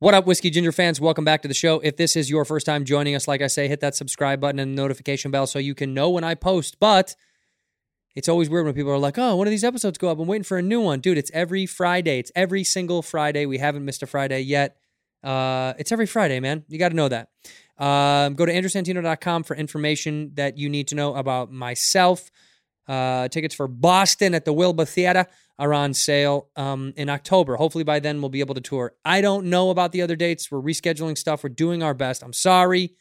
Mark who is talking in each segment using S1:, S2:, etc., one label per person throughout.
S1: What up, Whiskey Ginger fans? Welcome back to the show. If this is your first time joining us, like I say, hit that subscribe button and the notification bell so you can know when I post. But it's always weird when people are like, oh, when do these episodes go up? I'm waiting for a new one. Dude, it's every Friday. It's every single Friday. We haven't missed a Friday yet. Uh, it's every Friday, man. You got to know that. Um, go to andrewsantino.com for information that you need to know about myself. Uh, tickets for Boston at the Wilba Theater are on sale um, in October. Hopefully by then we'll be able to tour. I don't know about the other dates. We're rescheduling stuff. We're doing our best. I'm sorry.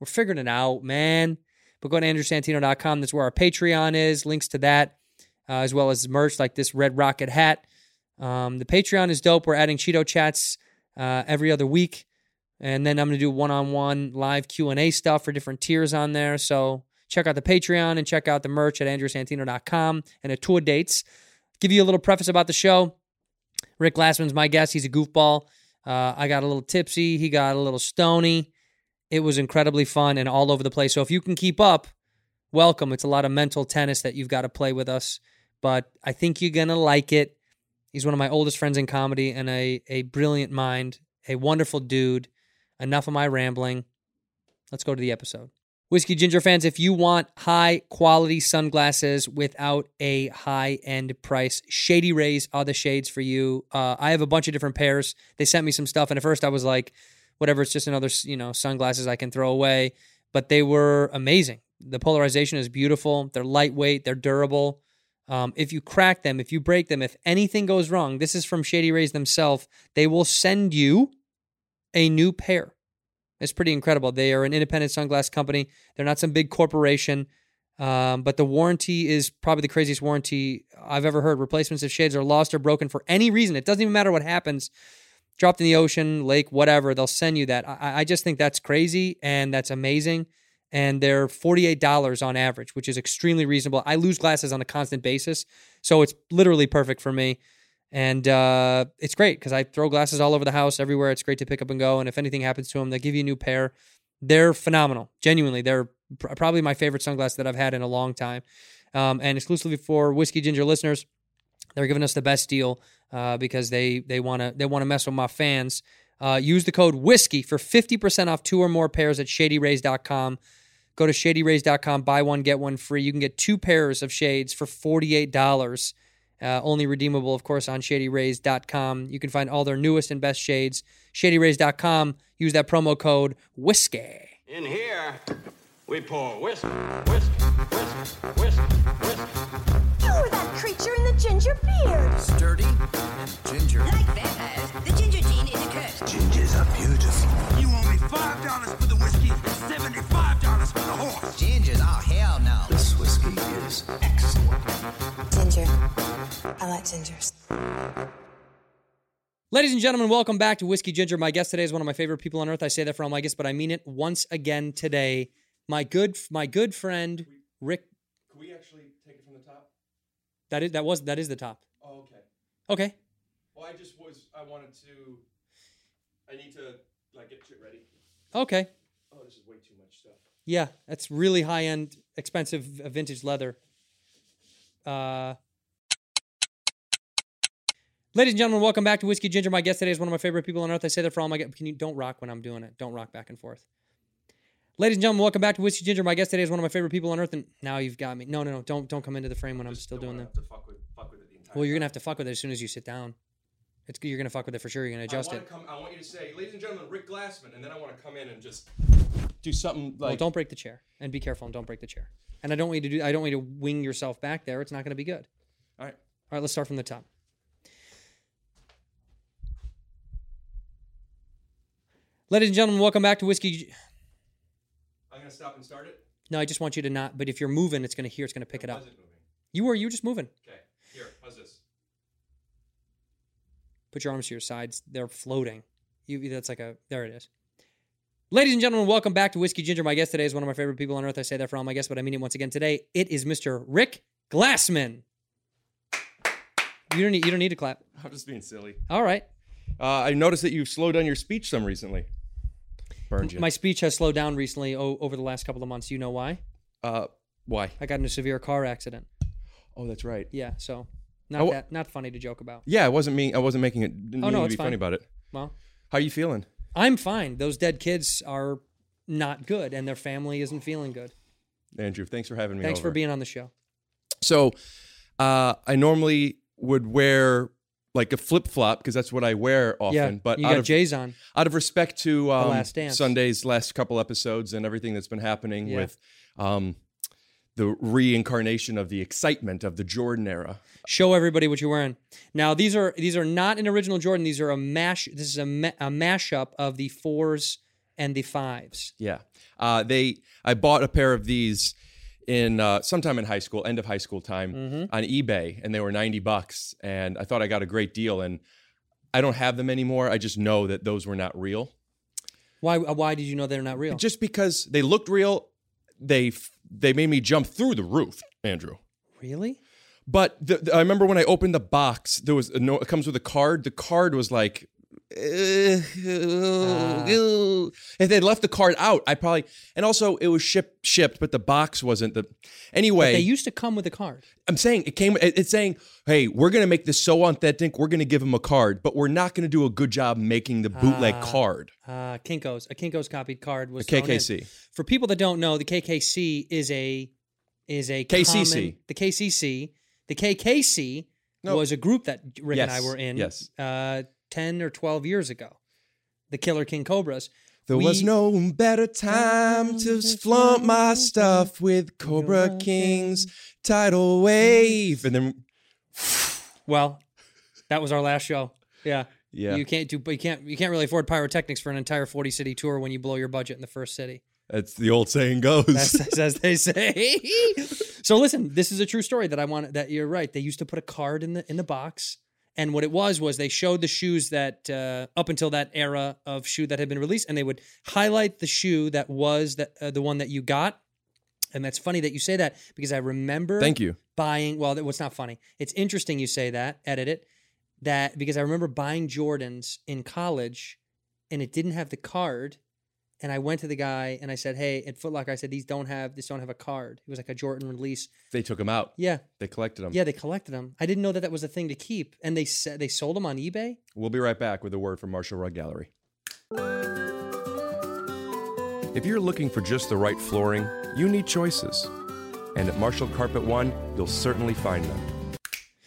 S1: We're figuring it out, man. But go to andrewsantino.com. That's where our Patreon is. Links to that, uh, as well as merch like this Red Rocket hat. Um, the Patreon is dope. We're adding Cheeto chats uh, every other week, and then I'm gonna do one-on-one live Q and A stuff for different tiers on there. So check out the Patreon and check out the merch at andrewsantino.com and the tour dates give you a little preface about the show. Rick Glassman's my guest. He's a goofball. Uh, I got a little tipsy. He got a little stony. It was incredibly fun and all over the place. So if you can keep up, welcome. It's a lot of mental tennis that you've got to play with us, but I think you're going to like it. He's one of my oldest friends in comedy and a, a brilliant mind, a wonderful dude. Enough of my rambling. Let's go to the episode. Whiskey Ginger fans, if you want high quality sunglasses without a high end price, Shady Rays are the shades for you. Uh, I have a bunch of different pairs. They sent me some stuff, and at first I was like, whatever, it's just another, you know, sunglasses I can throw away. But they were amazing. The polarization is beautiful. They're lightweight, they're durable. Um, if you crack them, if you break them, if anything goes wrong, this is from Shady Rays themselves, they will send you a new pair. It's pretty incredible. They are an independent sunglass company. They're not some big corporation, um, but the warranty is probably the craziest warranty I've ever heard. Replacements of shades are lost or broken for any reason. It doesn't even matter what happens. Dropped in the ocean, lake, whatever. They'll send you that. I, I just think that's crazy and that's amazing. And they're forty-eight dollars on average, which is extremely reasonable. I lose glasses on a constant basis, so it's literally perfect for me and uh, it's great because I throw glasses all over the house, everywhere. It's great to pick up and go, and if anything happens to them, they give you a new pair. They're phenomenal, genuinely. They're pr- probably my favorite sunglasses that I've had in a long time, um, and exclusively for whiskey ginger listeners, they're giving us the best deal uh, because they they want to they want to mess with my fans. Uh, use the code whiskey for fifty percent off two or more pairs at shadyrays.com. Go to shadyrays.com, buy one get one free. You can get two pairs of shades for forty eight dollars. Uh, only redeemable, of course, on shadyrays.com. You can find all their newest and best shades. Shadyrays.com. Use that promo code WHISKEY.
S2: In here, we pour whisk, whisk, whisk, whisk, whisk.
S3: You were Oh, that creature in the ginger beard.
S4: sturdy and ginger.
S5: Like vampires, the ginger gene is a curse.
S4: Gingers are beautiful.
S6: You owe me five dollars for the whiskey and seventy-five dollars for the horse.
S4: Gingers, oh hell no. This whiskey is excellent.
S7: Ginger. I like gingers.
S1: Ladies and gentlemen, welcome back to Whiskey Ginger. My guest today is one of my favorite people on earth. I say that for all my guests, but I mean it once again today. My good, my good friend Rick.
S8: Can we actually take it from the top?
S1: That is that was that is the top.
S8: Oh, okay.
S1: Okay,
S8: Well, I just was. I wanted to. I need to like get shit ready.
S1: okay,
S8: Oh, this is way too much stuff.
S1: yeah. That's really high end, expensive uh, vintage leather. Uh, Ladies and gentlemen, welcome back to Whiskey Ginger. My guest today is one of my favorite people on earth. I say that for all my guests. Can you don't rock when I'm doing it? Don't rock back and forth. Ladies and gentlemen, welcome back to Whiskey Ginger. My guest today is one of my favorite people on earth, and now you've got me. No, no, no, don't don't come into the frame when I'm still doing that.
S8: To fuck with, fuck with it the entire.
S1: Well, you're gonna have to fuck with it as soon as you sit down. It's you're gonna fuck with it for sure. You're gonna
S8: I
S1: adjust
S8: want
S1: it.
S8: to come. I want you to say, ladies and gentlemen, Rick Glassman, and then I want to come in and just do something like.
S1: well, don't break the chair, and be careful, and don't break the chair. And I don't want you to do. I don't want you to wing yourself back there. It's not gonna be good.
S8: All right.
S1: All right, let's start from the top. Ladies and gentlemen, welcome back to Whiskey. G-
S8: I'm gonna stop and start it.
S1: No, I just want you to not. But if you're moving, it's gonna hear. It's gonna pick it up.
S8: How's it moving?
S1: You were you were just moving.
S8: Okay. Here. How's this?
S1: Put your arms to your sides. They're floating. You that's like a there it is. Ladies and gentlemen, welcome back to Whiskey Ginger. My guest today is one of my favorite people on earth. I say that for all my guests, but I mean it once again today. It is Mr. Rick Glassman. You don't need you don't need to clap.
S8: I'm just being silly.
S1: All right.
S8: Uh, I noticed that you've slowed down your speech some recently. Burned you.
S1: My speech has slowed down recently o- over the last couple of months. You know why?
S8: uh, why?
S1: I got in a severe car accident.
S8: Oh, that's right.
S1: Yeah, so not
S8: Oh, wh-
S1: that not funny to joke about.
S8: Yeah, I wasn't mean. I wasn't making it. Didn't
S1: Oh,
S8: mean
S1: no,
S8: to
S1: it's
S8: be
S1: fine.
S8: funny about it.
S1: Well,
S8: How are you feeling?
S1: I'm fine. Those dead kids are not good, and their family isn't feeling good.
S8: Andrew, thanks for having me.
S1: Thanks for
S8: over.
S1: being on the show.
S8: So, uh, I normally would wear like a flip flop because that's what I wear often.
S1: yeah,
S8: but
S1: you
S8: out
S1: got
S8: of
S1: Jay's on.
S8: out of respect to um,
S1: Last Dance.
S8: Sunday's last couple episodes and everything that's been happening
S1: Yeah.
S8: with um, the reincarnation of the excitement of the Jordan era.
S1: Show everybody what you're wearing. Now these are these are not an original Jordan. These are a mash. This is a, ma- a mashup of the fours and the fives.
S8: Yeah, uh, they. I bought a pair of these in uh, sometime in high school, end of high school time,
S1: Mm-hmm.
S8: on eBay, and they were ninety bucks, and I thought I got a great deal, and I don't have them anymore. I just know that those were not real.
S1: Why why did you know they're not real?
S8: Just because they looked real, they f- they made me jump through the roof, Andrew.
S1: really?
S8: But the, the- I remember when I opened the box, there was a no. It comes with a card. The card was like,
S1: Uh.
S8: "Ugh, ugh, ugh." if they left the card out, I probably. And also, it was shipped shipped, but the box wasn't the. Anyway,
S1: They used to come with a card.
S8: I'm saying it came. it- It's saying, hey, we're gonna make this so authentic. We're gonna give them a card, but we're not gonna do a good job making the bootleg card.
S1: Uh, Kinko's a Kinko's copied card was
S8: A
S1: thrown in.
S8: KKC.
S1: For people that don't know, the KKC is a is a
S8: KCC.
S1: common- the KCC, the KKC was a group that Rick and I
S8: Yes,
S1: were in
S8: yes.
S1: uh, ten or twelve years ago. The Killer King Cobras.
S8: There was
S1: We-
S8: no better time to flaunt my stuff with Cobra King's tidal wave, and then
S1: Well, that was our last show. Yeah.
S8: Yeah.
S1: You can't do, but you can't. You can't really afford pyrotechnics for an entire forty city tour when you blow your budget in the first city.
S8: That's the old saying goes.
S1: as, as they say. so listen, this is a true story that I want. That you're right. They used to put a card in the in the box, and what it was was they showed the shoes that uh, up until that era of shoe that had been released, and they would highlight the shoe that was that uh, the one that you got. And that's funny that you say that because I remember.
S8: Thank you.
S1: Buying well, that what's not funny. It's interesting you say that. Edit it. That because I remember buying Jordans in college, and it didn't have the card and I went to the guy and I said, "Hey, at Foot Locker, I said these don't have this don't have a card. It was like a Jordan release.
S8: They took them out.
S1: Yeah,
S8: They collected them.
S1: yeah, they collected them. I didn't know that that was a thing to keep, and they said they sold them on eBay.
S8: We'll be right back with a word from Marshall Rug Gallery. If you're looking for just the right flooring, you need choices. And at Marshall Carpet One, you'll certainly find them.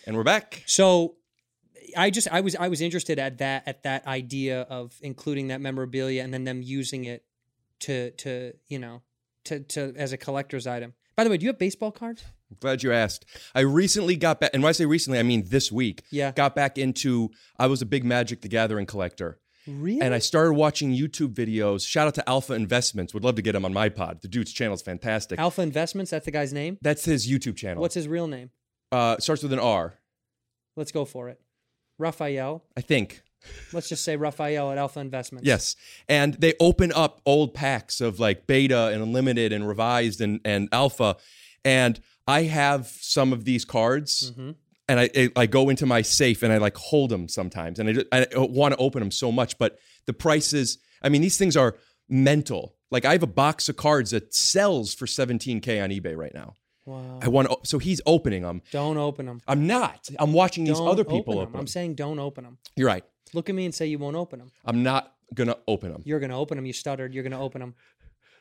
S8: And we're back.
S1: So I just I was I was interested at that at that idea of including that memorabilia and then them using it to to you know to to as a collector's item. By the way, do you have baseball cards?
S8: I'm glad you asked. I recently got back, and when I say recently, I mean this week.
S1: Yeah.
S8: Got back into, I was a big Magic the Gathering collector.
S1: Really?
S8: And I started watching YouTube videos. Shout out to Alpha Investments. Would love to get him on my pod. The dude's channel is fantastic.
S1: Alpha Investments. That's the guy's name.
S8: That's his YouTube channel.
S1: What's his real name?
S8: uh, it starts with an R,
S1: Let's go for it. Raphael.
S8: I think.
S1: Let's just say Raphael at Alpha Investments.
S8: Yes, and they open up old packs of like Beta and Unlimited and Revised and and Alpha, and I have some of these cards. And I, I I go into my safe and I like hold them sometimes, and I just, I want to open them so much, but the prices. I mean, these things are mental. Like I have a box of cards that sells for 17k on eBay right now. Wow. I want to, so he's opening them.
S1: Don't open them.
S8: I'm not. I'm watching these
S1: Don't
S8: other people
S1: them.
S8: open. 'em.
S1: I'm saying don't open them.
S8: You're right.
S1: Look at me and say you won't open them.
S8: I'm not gonna open them.
S1: You're going to open them. You stuttered. You're going to open them.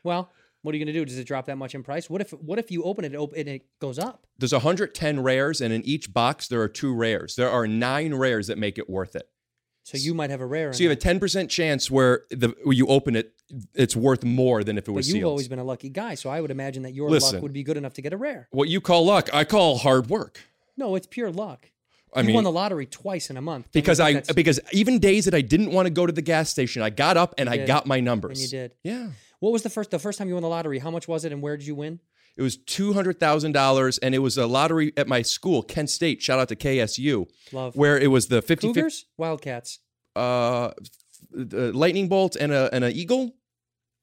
S1: Well, what are you going to do? Does it drop that much in price? What if what if you open it, it op- and it goes up?
S8: there's 110 rares and in each box there are two rares there are nine rares that make it worth it
S1: So you might have a rare.
S8: so you have a 10% chance where the where you open it it's worth more than if it
S1: but
S8: was
S1: you've
S8: sealed
S1: always been a lucky guy, so I would imagine that your
S8: Listen.
S1: luck would be good enough to get a rare.
S8: what you call luck i call hard work
S1: No, it's pure luck.
S8: i
S1: you
S8: mean
S1: won the lottery twice in a month. Don't you
S8: because
S1: think
S8: i
S1: that's-
S8: because even days that i didn't want to go to the gas station i got up and i
S1: did.
S8: got my numbers
S1: and you did.
S8: yeah
S1: What was the first the first time you won the lottery? How much was it, and where did you win?
S8: It was two hundred thousand dollars, and it was a lottery at my school, Kent State. Shout out to KSU,
S1: Love
S8: where it was the fifty
S1: Cougars, Wildcats.
S8: uh, uh, lightning bolt and a and an eagle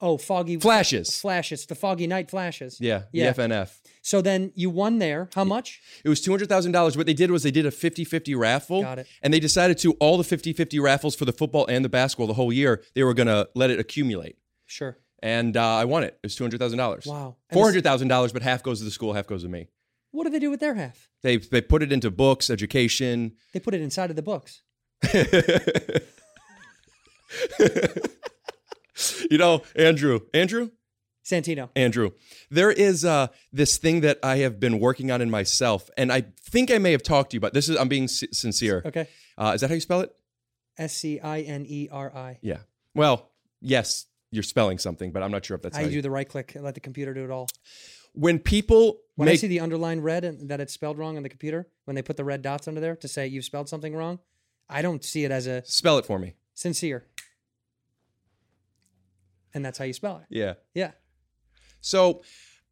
S1: Oh, foggy
S8: flashes.
S1: flashes. The foggy night flashes.
S8: Yeah,
S1: yeah.
S8: the FNF.
S1: So then you won there. How much?
S8: It was $200,000. What they did was they did a 50-50 raffle.
S1: Got it.
S8: And they decided to all the 50-50 raffles for the football and the basketball the whole year, they were going to let it accumulate.
S1: Sure.
S8: And uh, I won it. It was $200,000.
S1: Wow. And this-
S8: $400,000, but half goes to the school, half goes to me.
S1: What do they do with their half?
S8: They they put it into books, education.
S1: They put it inside of the books.
S8: You know, Andrew, Andrew,
S1: Santino.
S8: Andrew, there is uh, this thing that I have been working on in myself, and I think I may have talked to you about this. Is I'm being s- sincere.
S1: Okay.
S8: Uh, is that how you spell it?
S1: S C I N E R I.
S8: Yeah. Well, yes, you're spelling something, but I'm not sure if that's how
S1: I
S8: you
S1: do the right click and let the computer do it all.
S8: When people
S1: When I
S8: make
S1: see the underline red and that it's spelled wrong on the computer, when they put the red dots under there to say you've spelled something wrong, I don't see it as a
S8: spell it for me.
S1: sincere. And that's how you spell it.
S8: Yeah.
S1: Yeah.
S8: So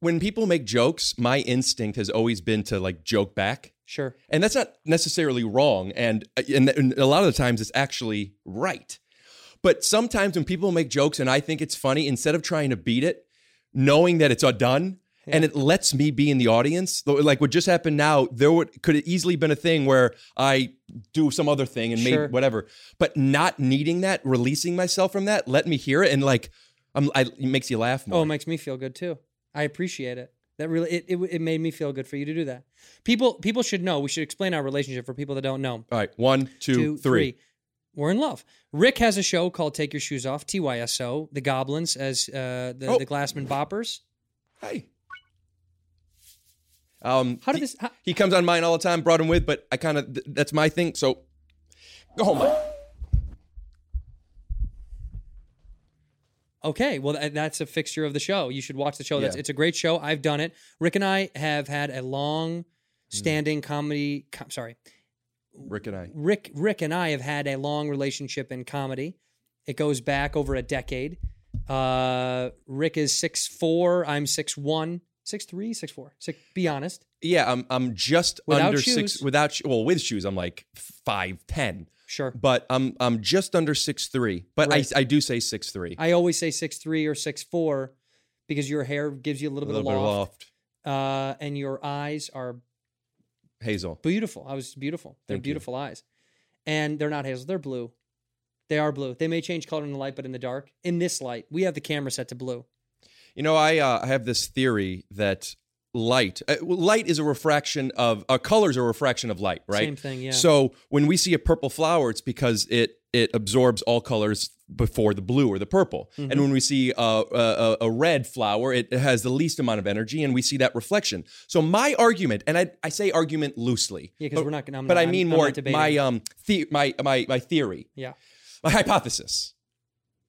S8: when people make jokes, my instinct has always been to like joke back.
S1: Sure.
S8: And that's not necessarily wrong. And, and, and a lot of the times it's actually right. But sometimes when people make jokes and I think it's funny, instead of trying to beat it, knowing that it's a done and it lets me be in the audience, though, like what just happened now, there would could have easily been a thing where I do some other thing and
S1: Sure.
S8: made whatever. But not needing that, releasing myself from that, let me hear it and like, I'm, I, it makes you laugh more.
S1: Oh, it makes me feel good too. I appreciate it. That really it, it it made me feel good for you to do that. People people should know. We should explain our relationship for people that don't know.
S8: All right, one, two,
S1: Two,
S8: three.
S1: We're in love. Rick has a show called Take Your Shoes Off, TYSO, the Goblins as uh, the,
S8: Oh.
S1: the Glassman Boppers.
S8: Hey. Um,
S1: How did
S8: he,
S1: this- how-
S8: he comes on mine all the time. Brought him with, but I kind of th- that's my thing. So go home. Mike.
S1: Okay, well th- that's a fixture of the show. You should watch the show. That's
S8: Yeah.
S1: it's a great show. I've done it. Rick and I have had a long
S8: Hmm.
S1: standing comedy com- sorry.
S8: Rick and I.
S1: Rick Rick and I have had a long relationship in comedy. It goes back over a decade. Uh, Rick is 6'4", I'm 6'1", 6'3", 6'4". Six, be honest.
S8: Yeah, I'm I'm just
S1: Without
S8: under
S1: shoes.
S8: six without sho- well with shoes. I'm like five ten,
S1: Sure.
S8: but I'm I'm just under six three. But
S1: Right.
S8: I I do say six three.
S1: I always say 6'3" or 6'4" because your hair gives you a little, bit of loft. Uh, and your eyes are
S8: Hazel.
S1: beautiful. I was beautiful. They're
S8: Thank you.
S1: beautiful eyes. And they're not hazel, they're blue. They are blue. They may change color in the light, but in the dark, in this light, we have the camera set to blue.
S8: You know, I uh, I have this theory that light uh, well, light is a refraction of uh, colors are a refraction of light, right?
S1: Same thing, yeah.
S8: So when we see a purple flower, it's because it it absorbs all colors before the blue or the purple.
S1: Mm-hmm.
S8: And when we see a, a, a red flower, it has the least amount of energy, and we see that reflection. So my argument, and I, I say argument loosely,
S1: Yeah, 'cause
S8: but-
S1: we're not gonna- I'm
S8: but
S1: not-
S8: I
S1: I'm-
S8: mean
S1: I'm
S8: more
S1: not debating.
S8: my um the, my my my theory,
S1: Yeah.
S8: my hypothesis.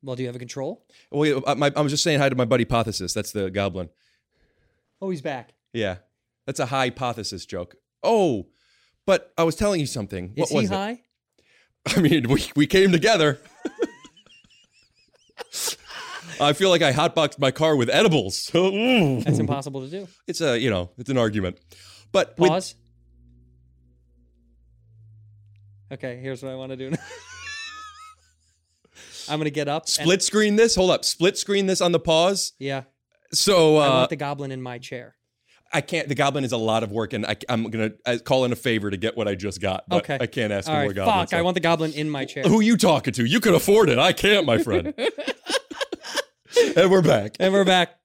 S1: Well, do you have a control?
S8: Well, I, my, I was just saying hi to my buddy Hypothesis. That's the goblin.
S1: Oh, he's back.
S8: Yeah. That's a hypothesis joke. Oh, but I was telling you something.
S1: Is
S8: what was
S1: he high?
S8: it? I mean, we, we came together. I feel like I hotboxed my car with edibles. Ooh.
S1: That's impossible to do.
S8: it's a, you know, it's an argument. But with-
S1: Pause. Okay, here's what I want to do now. I'm gonna get up. and-
S8: split screen this, hold up, split screen this on the pause.
S1: yeah,
S8: So
S1: I
S8: uh,
S1: want the goblin in my chair.
S8: I can't, the goblin is a lot of work and I, I'm going to call in a favor to get what I just got. But
S1: Okay,
S8: I can't ask
S1: All
S8: for
S1: right,
S8: more goblin.
S1: fuck. I
S8: stuff.
S1: want the goblin in my chair.
S8: Who you talking to? You can afford it. I can't, my friend. and we're back.
S1: and we're back.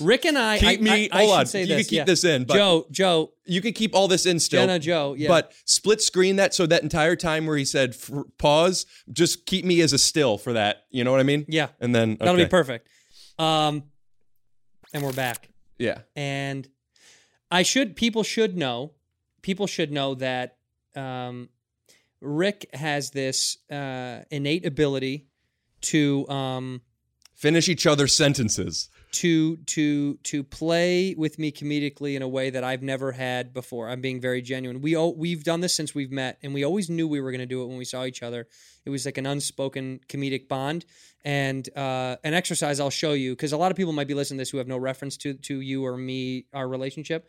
S1: Rick and I.
S8: Keep
S1: I,
S8: me-
S1: I, I
S8: hold
S1: should
S8: on.
S1: Say
S8: You can
S1: this.
S8: keep
S1: yeah.
S8: this in, but-
S1: Joe, Joe,
S8: You can keep all this in still.
S1: Jenna Joe, yeah.
S8: But split screen that so that entire time where he said f- pause, just keep me as a still for that. You know what I mean?
S1: Yeah.
S8: And then
S1: that'll be
S8: okay.
S1: perfect. Um, and we're back.
S8: Yeah.
S1: and I should people should know people should know that um, Rick has this uh, innate ability to um,
S8: Finish each other's sentences.
S1: to to to play with me comedically in a way that I've never had before. I'm being very genuine. We all, we've done this since we've met, and we always knew we were going to do it when we saw each other. It was like an unspoken comedic bond, and uh, an exercise I'll show you because a lot of people might be listening to this who have no reference to to you or me our relationship.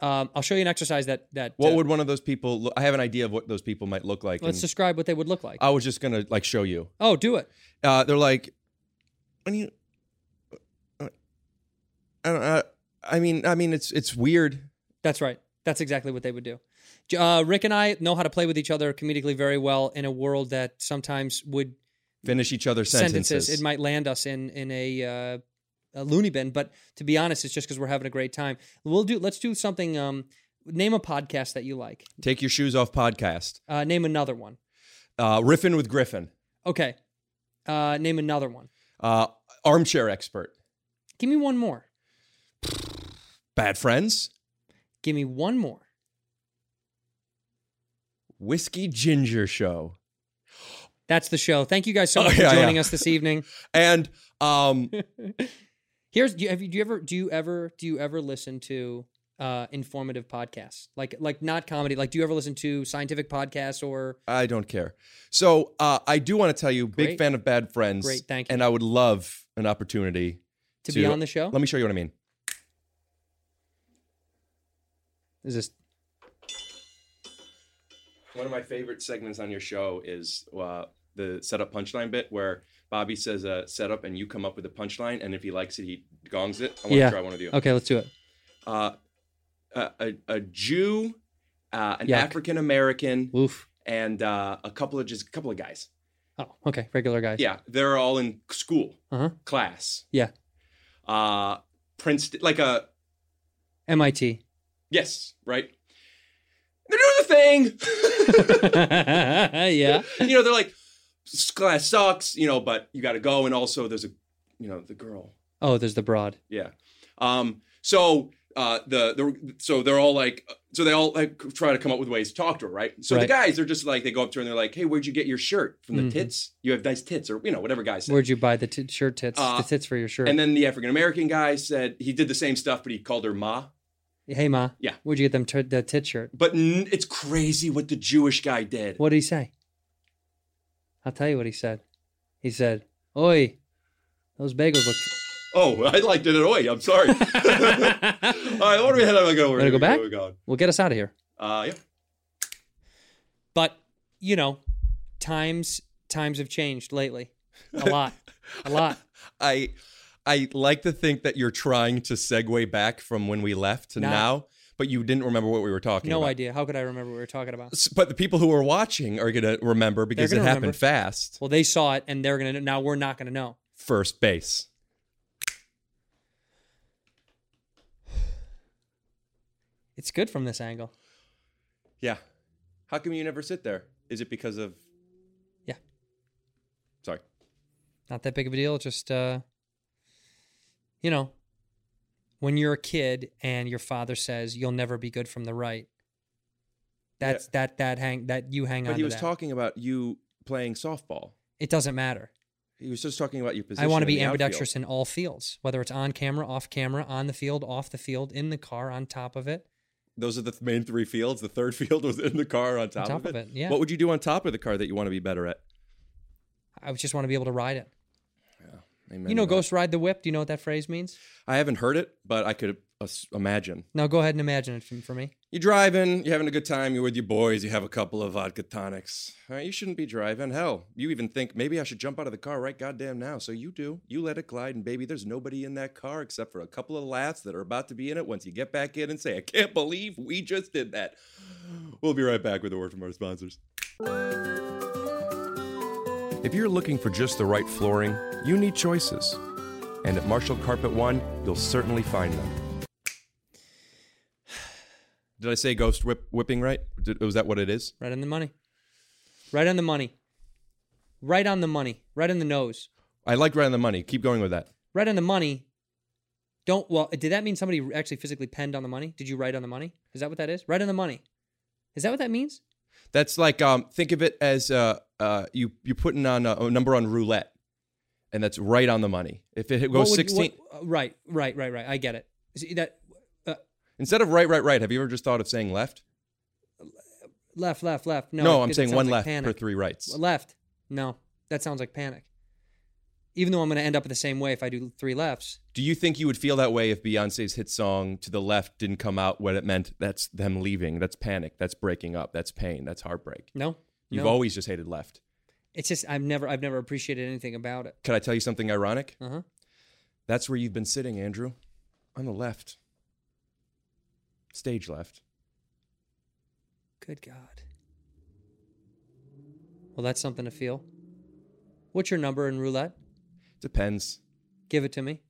S1: Um, I'll show you an exercise that that.
S8: What
S1: uh,
S8: would one of those people? Look, I have an idea of what those people might look like.
S1: let's
S8: and
S1: describe what they would look like.
S8: I was just gonna like show you.
S1: oh, do it.
S8: Uh, they're like, when you, uh, I don't. I, I mean, I mean, it's it's weird.
S1: That's right. That's exactly what they would do. J- Uh, Rick and I know how to play with each other comedically very well in a world that sometimes would
S8: Finish each other's sentences.
S1: sentences, it might land us in in a, uh, a loony bin. But to be honest, it's just because we're having a great time. We'll do. Let's do something. Um, name a podcast that you like.
S8: Take your shoes off. Podcast.
S1: Uh, name another one.
S8: Uh, riffing with Griffin.
S1: Okay. Uh, name another one.
S8: Uh, armchair expert.
S1: Give me one more.
S8: Bad friends.
S1: Give me one more.
S8: Whiskey ginger show.
S1: That's the show. Thank you guys so
S8: Oh,
S1: much
S8: yeah,
S1: for joining
S8: yeah.
S1: us this evening.
S8: And um,
S1: Here's do you, have you, do you ever do you ever do you ever listen to uh, informative podcasts like like not comedy like do you ever listen to scientific podcasts or
S8: I don't care. So uh, I do want to tell you,
S1: Great.
S8: big fan of Bad Friends.
S1: Great, thank you.
S8: And I would love an opportunity
S1: to, be on the show?
S8: Let me show you what I mean.
S1: Is this
S8: One of my favorite segments on your show is uh, the setup punchline bit where Bobby says a setup and you come up with a punchline, and if he likes it, he gongs it. I want
S1: Yeah.
S8: to try one of you.
S1: okay? Let's do it.
S8: Uh, a, a, a Jew, uh, an
S1: Yuck.
S8: African American,
S1: Oof.
S8: and uh, a couple of just a couple of guys.
S1: Oh, okay. Regular guys.
S8: Yeah, they're all in school
S1: Uh-huh.
S8: class.
S1: Yeah.
S8: Uh, Princeton, like a
S1: MIT.
S8: yes, right? They're doing the thing.
S1: yeah.
S8: you know, they're like, "This class sucks, you know, but you got to go. And also, there's a, you know, the girl.
S1: Oh, there's the broad.
S8: Yeah. Um. So uh, the the so they're all like, so they all like try to come up with ways to talk to her, right? So
S1: Right.
S8: the guys, they're just like, they go up to her and they're like, hey, where'd you get your shirt from the
S1: Mhm.
S8: tits? You have nice tits, or you know, whatever guys.
S1: Where'd you buy the t- shirt tits?
S8: Uh,
S1: the tits for your shirt.
S8: And then the African American guy said he did the same stuff, but he called her ma.
S1: hey, ma.
S8: Yeah.
S1: Where'd you get them t- the tit shirt?
S8: But n- it's crazy what the Jewish guy did.
S1: What did he say? I'll tell you what he said. He said, "Oi, those bagels look."
S8: Oh, I liked it at all. I'm sorry. all right, what do we head? I'm going
S1: Wanna go back?
S8: Where we going?
S1: Well, get us out of here.
S8: Uh, yeah.
S1: But you know, times times have changed lately. A lot, a lot.
S8: I I like to think that you're trying to segue back from when we left to
S1: Nah.
S8: now, but you didn't remember what we were talking
S1: No
S8: about.
S1: idea. How could I remember what we were talking about?
S8: S- But the people who are watching are going to remember because it
S1: gonna
S8: happened
S1: remember.
S8: fast.
S1: Well, they saw it, and they're gonna. know- Now we're not gonna know.
S8: First base.
S1: It's good from this angle.
S8: Yeah. How come you never sit there? Is it because of
S1: Yeah.
S8: Sorry.
S1: not that big of a deal. Just uh, you know, when you're a kid and your father says you'll never be good from the right, that's that that hang that you hang on.
S8: But he
S1: to
S8: was
S1: that.
S8: talking about you playing softball.
S1: It doesn't matter.
S8: He was just talking about your position.
S1: I want to
S8: in
S1: be
S8: the outfield.
S1: ambidextrous in all fields, whether it's on camera, off camera, on the field, off the field, in the car, on top of it.
S8: Those are the th- main three fields. The third field was in the car on top,
S1: top of it, yeah.
S8: What would you do on top of the car that you want to be better at?
S1: I just want to be able to ride it.
S8: Amen
S1: you know,
S8: to that.
S1: ghost ride the whip. Do you know what that phrase means?
S8: I haven't heard it, but I could uh, imagine.
S1: Now go ahead and imagine it for, for me.
S8: You're driving, you're having a good time, you're with your boys, you have a couple of vodka tonics. All right, you shouldn't be driving. Hell, you even think maybe I should jump out of the car right goddamn now. So you do. You let it glide, and baby, there's nobody in that car except for a couple of lads that are about to be in it once you get back in and say, I can't believe we just did that. We'll be right back with a word from our sponsors. If you're looking for just the right flooring, you need choices. And at Marshall Carpet One, you'll certainly find them. Did I say ghost whip, whipping right? Did, was that what it is?
S1: Right on the money. Right on the money. Right on the money. Right on the nose.
S8: I like right on the money. Keep going with that.
S1: right on the money. Don't well. Did that mean somebody actually physically penned on the money? Did you write on the money? Is that what that is? Right on the money. Is that what that means?
S8: That's like um, think of it as uh, uh, you you putting on a, a number on roulette, and that's right on the money. If it
S1: What
S8: goes
S1: would-
S8: sixteen
S1: what- uh, right, right, right, right. I get it. See, that uh,
S8: instead of right, right, right. Have you ever just thought of saying left?
S1: left, left, left. No,
S8: No,
S1: it-
S8: I'm
S1: it
S8: saying
S1: sounds
S8: one
S1: like
S8: left
S1: panic.
S8: for three rights.
S1: Left. No, that sounds like panic. even though I'm going to end up the same way if I do three lefts.
S8: Do you think you would feel that way if Beyonce's hit song "To the Left" didn't come out when it meant that's them leaving, that's panic, that's breaking up, that's pain, that's heartbreak?
S1: No,
S8: You've
S1: no.
S8: always just hated left.
S1: It's just I've never I've never appreciated anything about it.
S8: Can I tell you something ironic?
S1: Uh-huh.
S8: That's where you've been sitting, Andrew, on the left, stage left.
S1: Good God. Well, that's something to feel. What's your number in roulette?
S8: Depends.
S1: Give it to me.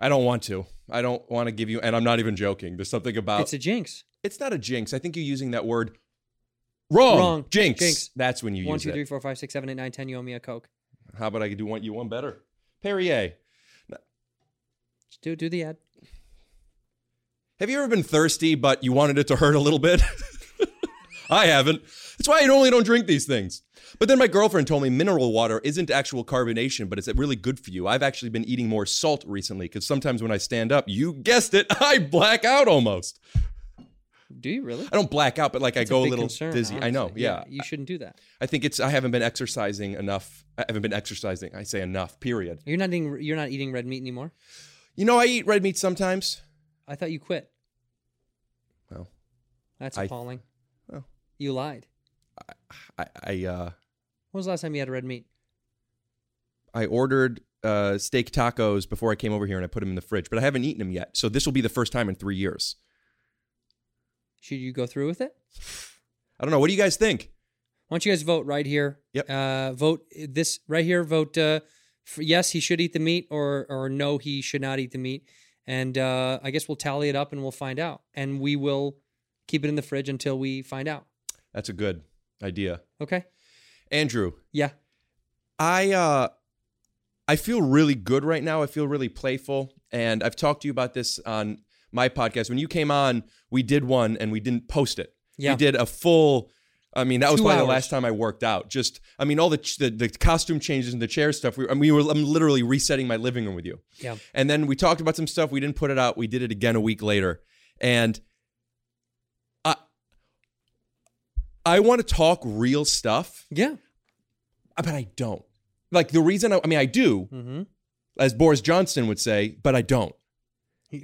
S8: I don't want to. I don't want to give you, and I'm not even joking. There's something about
S1: it's a jinx.
S8: it's not a jinx. I think you're using that word wrong.
S1: Wrong.
S8: Jinx.
S1: Jinx.
S8: That's when you
S1: One,
S8: use
S1: two,
S8: it.
S1: three, four, five, six, seven, eight, nine, ten. You owe me a coke.
S8: How about I do one, you one better? Perrier.
S1: Just do do the ad.
S8: Have you ever been thirsty, but you wanted it to hurt a little bit? I haven't. That's why I normally don't drink these things. But then my girlfriend told me mineral water isn't actual carbonation, but it's really good for you. I've actually been eating more salt recently because sometimes when I stand up, you guessed it, I black out almost.
S1: Do you really?
S8: I don't black out, but like I
S1: It's
S8: go a,
S1: big
S8: little
S1: concern,
S8: dizzy. I know.
S1: honestly.
S8: Yeah.
S1: You shouldn't do that.
S8: I think it's I haven't been exercising enough. I haven't been exercising. I say enough. Period.
S1: You're not eating. You're not eating red meat anymore.
S8: You know I eat red meat sometimes.
S1: I thought you quit.
S8: Well,
S1: That's
S8: I- Oh.
S1: appalling.
S8: well.
S1: you lied.
S8: I I uh
S1: When was the last time you had red meat?
S8: I ordered uh, steak tacos before I came over here and I put them in the fridge, but I haven't eaten them yet. So this will be the first time in three years.
S1: Should you go through with it?
S8: I don't know. What do you guys think?
S1: Why don't you guys vote right here?
S8: Yep.
S1: Uh, vote this right here. Vote uh, for yes, he should eat the meat, or or no, he should not eat the meat. And uh, I guess we'll tally it up and we'll find out. And we will keep it in the fridge until we find out.
S8: That's a good idea,
S1: Okay.
S8: Andrew.
S1: Yeah.
S8: I uh, I feel really good right now. I feel really playful, and I've talked to you about this on my podcast. When you came on, we did one and we didn't post it.
S1: Yeah.
S8: we did a full. I mean, that was
S1: Two
S8: probably
S1: hours.
S8: the last time I worked out. Just, I mean, all the ch- the, the costume changes and the chair stuff. We, I mean, we were, I'm literally resetting my living room with you.
S1: Yeah.
S8: And then we talked about some stuff. We didn't put it out. We did it again a week later. And I I want to talk real stuff,
S1: Yeah.
S8: but I don't. Like the reason I, I mean I do,
S1: Mm-hmm.
S8: as Boris Johnson would say, but I don't.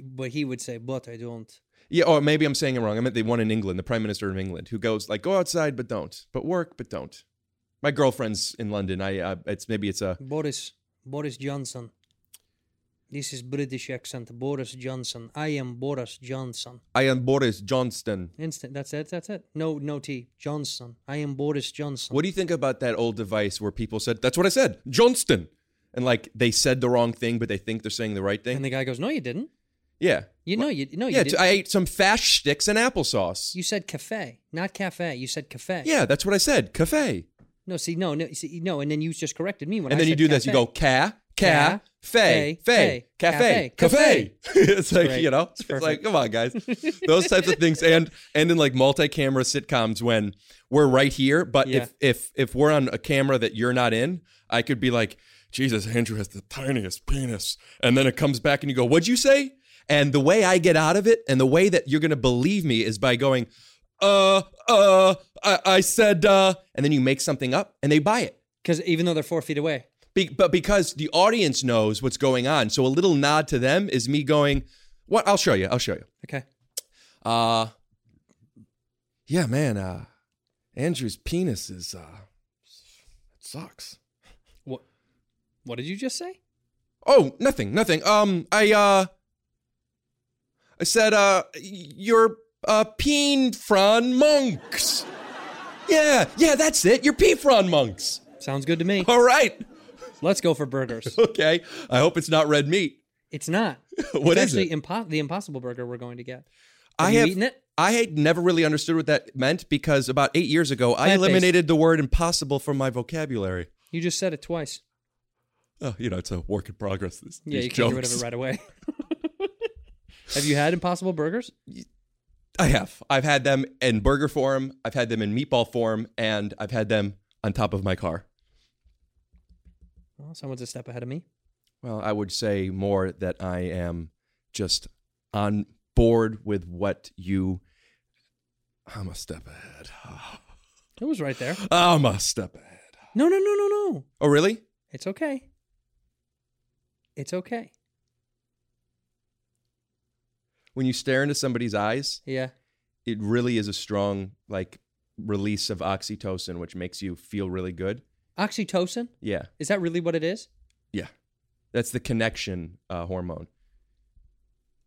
S1: But he would say, "But I don't."
S8: Yeah, or maybe I'm saying it wrong. I meant the one in England, the Prime Minister of England, who goes like, "Go outside, but don't. But work, but don't." My girlfriend's in London. I, uh, it's maybe it's a
S1: Boris Boris Johnson. This is British accent. Boris Johnson. I am Boris Johnson.
S8: I am Boris Johnston.
S1: Instant. That's it. That's it. No, no T. Johnson. I am Boris Johnson.
S8: What do you think about that old device where people said, "That's what I said, Johnston," and like they said the wrong thing, but they think they're saying the right thing?
S1: And the guy goes, "No, you didn't.
S8: yeah,
S1: You know, you no, you
S8: yeah.
S1: didn't.
S8: t- I ate some fash sticks and applesauce.
S1: you said cafe, not cafe. You said cafe.
S8: yeah, that's what I said. Cafe.
S1: No, see, no, no, see, no. And then you just corrected me when.
S8: and
S1: I
S8: then you
S1: said
S8: do this. You
S1: cafe.
S8: go ca ca
S1: Ca-
S8: fe
S1: fe-
S8: fe
S1: cafe-
S8: cafe cafe. It's like
S1: great.
S8: you know.
S1: It's
S8: It's
S1: perfect.
S8: like come on, guys. Those types of things, and and in like multi-camera sitcoms when we're right here, but
S1: Yeah.
S8: if if if we're on a camera that you're not in, I could be like, Jesus, Andrew has the tiniest penis, and then it comes back and you go, what'd you say? And the way I get out of it, and the way that you're gonna believe me is by going, uh uh, I, I said uh, and then you make something up, and they buy it.
S1: because even though they're four feet away,
S8: Be- but because the audience knows what's going on, so a little nod to them is me going, "What? I'll show you. I'll show you."
S1: okay,
S8: Uh yeah, man. Uh, Andrew's penis is uh, it sucks.
S1: what? What did you just say?
S8: Oh, nothing, nothing. Um, I uh, I said uh, y- you're uh, peen fron monks. Yeah, yeah, that's it. You're peen fron monks.
S1: Sounds good to me.
S8: All right.
S1: Let's go for burgers.
S8: Okay. I hope it's not red meat.
S1: It's not.
S8: What
S1: it's
S8: is
S1: actually
S8: it?
S1: impo- the impossible burger we're going to get.
S8: I
S1: you
S8: have
S1: eaten it?
S8: I had never really understood what that meant because about eight years ago, I
S1: Plant-based.
S8: eliminated the word impossible from my vocabulary.
S1: You just said it twice.
S8: Oh, you know, it's a work in progress. This,
S1: Yeah,
S8: these
S1: you
S8: jokes.
S1: can't get rid of it right away. Have you had Impossible Burgers?
S8: I have. I've had them in burger form, I've had them in meatball form, and I've had them on top of my car.
S1: Well, someone's a step ahead of me.
S8: Well, I would say more that I am just on board with what you. I'm a step ahead.
S1: It was right there.
S8: I'm a step ahead.
S1: No, no, no, no, no.
S8: Oh, really?
S1: It's okay. It's okay.
S8: When you stare into somebody's eyes,
S1: Yeah.
S8: it really is a strong like release of oxytocin, which makes you feel really good.
S1: Oxytocin?
S8: Yeah,
S1: Is that really what it is?
S8: yeah, that's the connection uh, hormone.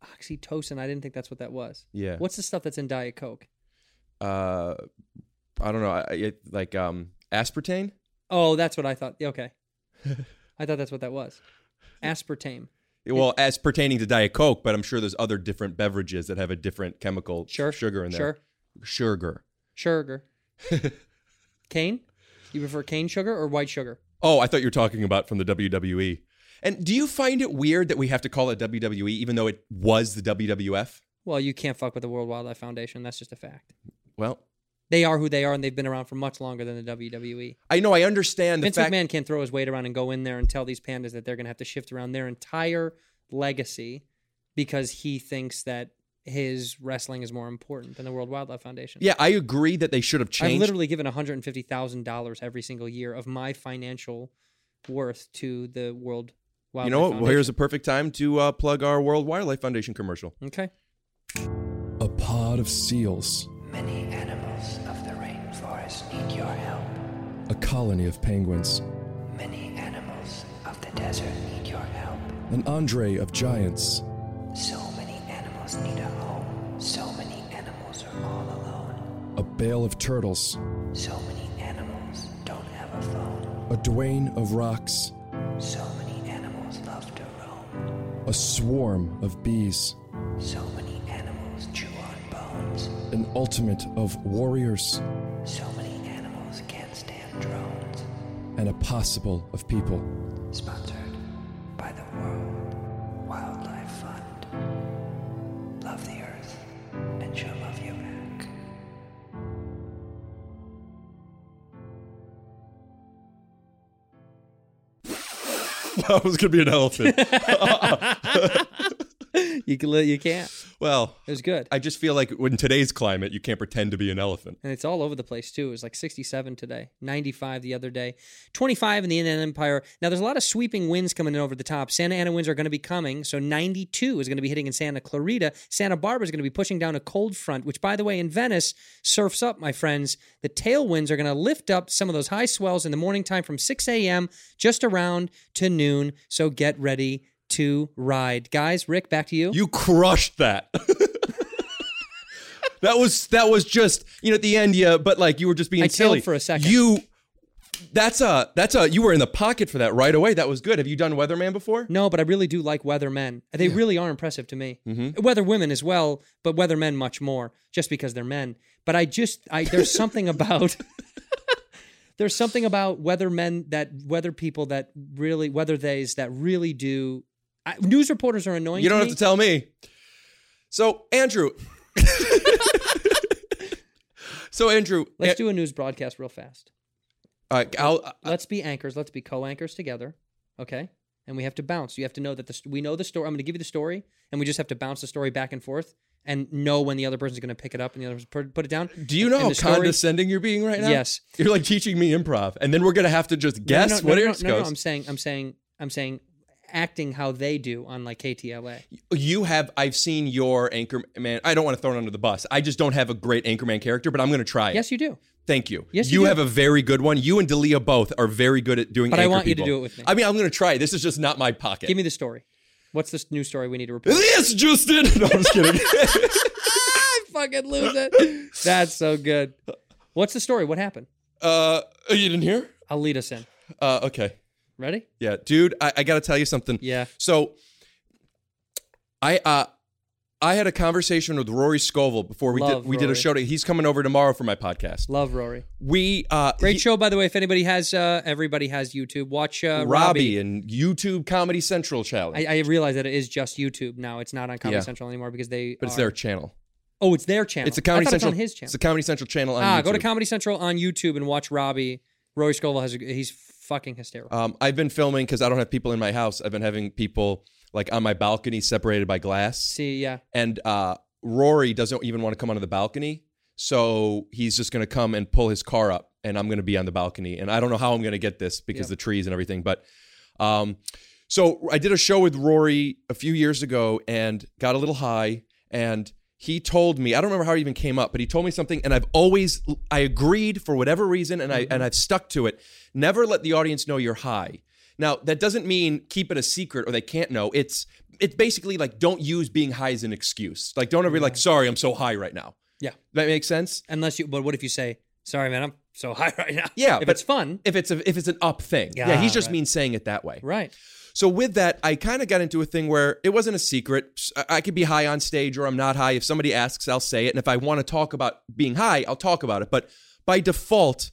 S1: Oxytocin. I didn't think that's what that was.
S8: Yeah.
S1: What's the stuff that's in Diet Coke?
S8: Uh, I don't know, I, it, like um, aspartame.
S1: Oh, that's what I thought. Okay. I thought that's what that was. Aspartame.
S8: Well, as pertaining to Diet Coke, but I'm sure there's other different beverages that have a different chemical
S1: Sure.
S8: sugar in there.
S1: Sure.
S8: Sugar.
S1: Sugar. cane? You prefer cane sugar or white sugar?
S8: Oh, I thought you were talking about from the WWE. And do you find it weird that we have to call it WWE even though it was the WWF?
S1: Well, you can't fuck with the World Wildlife Foundation. That's just a fact.
S8: Well,
S1: They are who they are, and they've been around for much longer than the E. WWE.
S8: I know I understand the
S1: Vince
S8: fact
S1: McMahon can't throw his weight around and go in there and tell these pandas that they're going to have to shift around their entire legacy because he thinks that his wrestling is more important than the World Wildlife Foundation.
S8: Yeah, I agree that they should have
S1: I've
S8: changed.
S1: literally given $150,000 every single year of my financial worth to the World Wildlife
S8: you know what?
S1: Foundation.
S8: Well, here's a perfect time to uh, plug our World Wildlife Foundation commercial.
S1: Okay.
S9: A pod of seals,
S4: Many animals of the rainforest need your help.
S9: a colony of penguins,
S4: Many animals of the desert need your help.
S9: an Andre of giants,
S4: So many animals need a home. So many animals are all alone.
S9: a bale of turtles,
S4: So many animals don't have a phone.
S9: a Dwayne of rocks,
S4: So many animals love to roam.
S9: a swarm of bees,
S4: So many animals chew on bones.
S9: an ultimate of warriors,
S4: So many animals can't stand drones.
S9: and a possible of people.
S4: Sponsored by the World Wildlife Fund. Love the earth, and she'll love you back.
S8: that was going to be an elephant.
S1: You can li- you can't.
S8: well,
S1: It was good.
S8: I just feel like in today's climate, you can't pretend to be an elephant.
S1: and it's all over the place too. It was like 67 today, 95 the other day, 25 in the Inland Empire. Now there's a lot of sweeping winds coming in over the top. Santa Ana winds are going to be coming, so 92 is going to be hitting in Santa Clarita. Santa Barbara is going to be pushing down a cold front, which by the way in Venice surfs up, my friends. The tailwinds are going to lift up some of those high swells in the morning time from 6 a.m. just around to noon. So get ready to ride, guys. Rick, back to you.
S8: You crushed that. that was that was just you know at the end, yeah. But like you were just being
S1: I tailed
S8: silly
S1: for a second.
S8: You. That's a that's a you were in the pocket for that right away. That was good. Have you done Weatherman before?
S1: No, but I really do like weather men. They really are impressive to me.
S8: Mm-hmm.
S1: Weather women as well, but weather men much more, just because they're men. But I just, I there's something about there's something about weather men that weather people that really weather theys that really do. I, news reporters are annoying.
S8: You don't
S1: to
S8: have
S1: me.
S8: to tell me. So Andrew. so Andrew, eh,
S1: Let's do a news broadcast real fast.
S8: All right, I'll,
S1: let's be anchors. Let's be co-anchors together. Okay. And we have to bounce. You have to know that the, st- we know the story. I'm going to give you the story, and we just have to bounce the story back and forth, and know when the other person's going to pick it up and the other person put- put it down.
S8: do you know
S1: And
S8: how
S1: the story-
S8: condescending you're being right now?
S1: Yes.
S8: You're like teaching me improv, and then we're gonna have to just
S1: No, no,
S8: guess
S1: no, no,
S8: what
S1: no,
S8: yours
S1: no, no,
S8: goes.
S1: I'm saying. I'm saying. I'm saying. Acting how they do on like KTLA.
S8: you have I've seen your anchorman. I don't want to throw it under the bus. I just don't have a great anchorman character, but I'm gonna try it.
S1: Yes, you do.
S8: Thank you.
S1: Yes, you
S8: you,
S1: do.
S8: have a very good one. You and Dalia both are very good at doing.
S1: But I
S8: anchor
S1: want you to
S8: people.
S1: do it with me.
S8: I mean, I'm gonna try. it. This is just not my pocket.
S1: Give me the story. What's this new story we need to repeat?
S8: this, Justin. No, I'm just kidding.
S1: I fucking lose it. That's so good. What's the story? What happened?
S8: uh, you didn't hear?
S1: I'll lead us in.
S8: Uh, okay.
S1: Ready?
S8: Yeah, dude, I, I gotta tell you something.
S1: Yeah.
S8: So I uh I had a conversation with Rory Scovel before we
S1: Love
S8: did we did
S1: Rory.
S8: a show. To, he's coming over tomorrow for my podcast.
S1: Love Rory.
S8: We uh
S1: Great
S8: he-
S1: show, by the way. If anybody has, uh, everybody has YouTube. Watch uh,
S8: Robbie,
S1: Robbie.
S8: and YouTube Comedy Central challenge.
S1: I, I realize that it is just YouTube now. It's not on Comedy
S8: Yeah.
S1: Central anymore because they.
S8: but it's
S1: are-
S8: their channel.
S1: Oh, it's their channel.
S8: It's the Comedy
S1: I thought
S8: Central.
S1: It's on his channel.
S8: It's the Comedy Central channel on
S1: ah,
S8: YouTube.
S1: go to Comedy Central on YouTube and watch Robbie. Rory Scovel has. A, he's fucking hysterical.
S8: um, I've been filming because I don't have people in my house. I've been having people like on my balcony separated by glass.
S1: See, yeah,
S8: and uh, Rory doesn't even want to come onto the balcony, so he's just going to come and pull his car up, and I'm going to be on the balcony, and I don't know how I'm going to get this because
S1: Yep.
S8: the trees and everything, but um, So I did a show with Rory a few years ago and got a little high and he told me I don't remember how it even came up, but he told me something and I've always I agreed for whatever reason and I and I've stuck to it. Never let the audience know you're high. Now, that doesn't mean keep it a secret or they can't know. It's it's basically like don't use being high as an excuse. Like don't ever be like, sorry, I'm so high right now.
S1: Yeah.
S8: That makes sense?
S1: Unless you, but what if you say, sorry, man, I'm so high right now.
S8: Yeah,
S1: If
S8: but-
S1: it's fun.
S8: If it's a, if it's an up thing. Yeah,
S1: Yeah,
S8: he's just
S1: right.
S8: mean saying it that way.
S1: Right.
S8: So with that, I kind of got into a thing where it wasn't a secret. S- I- I could be high on stage or I'm not high. If somebody asks, I'll say it. And if I want to talk about being high, I'll talk about it. But by default,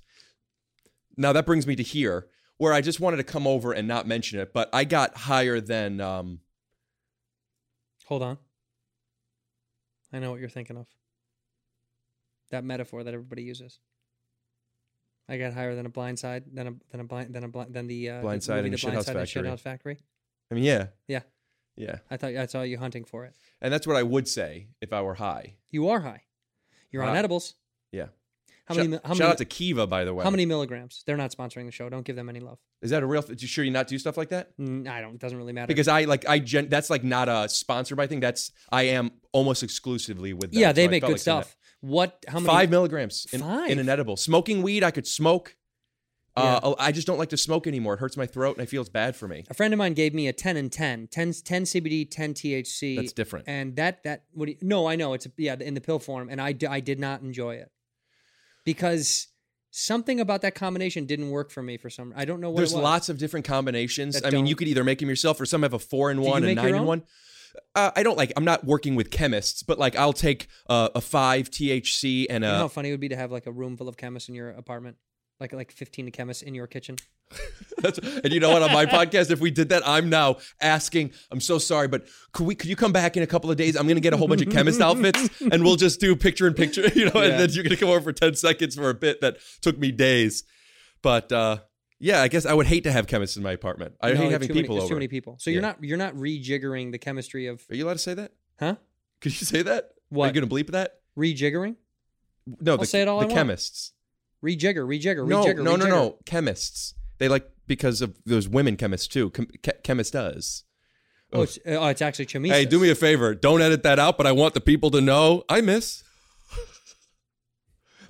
S8: now that brings me to here where I just wanted to come over and not mention it, but I got higher than um
S1: Hold on. I know what you're thinking of. That metaphor that everybody uses. I got higher than a blind side, than a than a blind than a blind than the uh, the
S8: Blind Side
S1: movie
S8: and
S1: The
S8: Shithouse
S1: Blind Side
S8: Factory.
S1: Shithouse Factory.
S8: I mean, yeah.
S1: Yeah,
S8: Yeah.
S1: I thought I saw you hunting for it.
S8: And that's what I would say if I were high.
S1: You are high. You're on
S8: Wow.
S1: edibles.
S8: Yeah.
S1: How
S8: shout,
S1: many? mi- How
S8: Ah. shout
S1: many?
S8: out to Kiva, by the way.
S1: how many milligrams? They're not sponsoring the show. Don't give them any love.
S8: Is that a real? You sure you not do stuff like that?
S1: Mm, I don't. It doesn't really matter.
S8: Because I like I gen, that's like not a sponsor, but I think that's I am almost exclusively with. Them,
S1: yeah,
S8: so
S1: they
S8: I
S1: make
S8: felt
S1: good
S8: like saying that.
S1: stuff. What? How many?
S8: Five milligrams in, in
S1: Five?
S8: an edible. Smoking weed, I could smoke.
S1: Yeah.
S8: Uh, I just don't like to smoke anymore. It hurts my throat and it feels bad for me.
S1: A friend of mine gave me a 10 and 10, 10, 10 CBD, 10 THC.
S8: That's different.
S1: And that, that, what do you, no, I know it's, yeah, in the pill form. And I, d- I did not enjoy it because something about that combination didn't work for me for some, I don't know what
S8: There's
S1: it was.
S8: lots of different combinations.
S1: That
S8: I mean,
S1: don't-
S8: you could either make them yourself, or some have a four in
S1: you
S8: one and
S1: make your
S8: nine in
S1: own?
S8: one. Uh, I don't like. I'm not working with chemists, but like I'll take uh, a five THC and a.
S1: You know how funny it would be to have like a room full of chemists in your apartment? Like, like 15 chemists in your kitchen.
S8: That's, and you know what? On my podcast, if we did that, I'm now asking. I'm so sorry, but could we? Could you come back in a couple of days? I'm gonna get a whole bunch of chemist outfits, and we'll just do picture in picture. You know,
S1: Yeah.
S8: and then you're gonna come over for ten seconds for a bit that took me days. But uh, yeah, I guess I would hate to have chemists in my apartment. I
S1: No,
S8: hate
S1: there's
S8: having
S1: too many-
S8: people
S1: there's
S8: over.
S1: too many people. So you're not, you're not rejiggering the chemistry of,
S8: Are you allowed to say that?
S1: huh?
S8: Could you say that?
S1: What?
S8: Are you gonna bleep that?
S1: Rejiggering?
S8: No,
S1: I'll
S8: the,
S1: say it all
S8: the
S1: I want.
S8: chemists.
S1: Rejigger, rejigger,
S8: no,
S1: rejigger.
S8: no, no,
S1: rejigger.
S8: no, chemists. They like because of those women chemists too. Chem- ke- chemist does.
S1: Oh, it's, oh, it's actually chemises.
S8: Hey, do me a favor. Don't edit that out, but I want the people to know I miss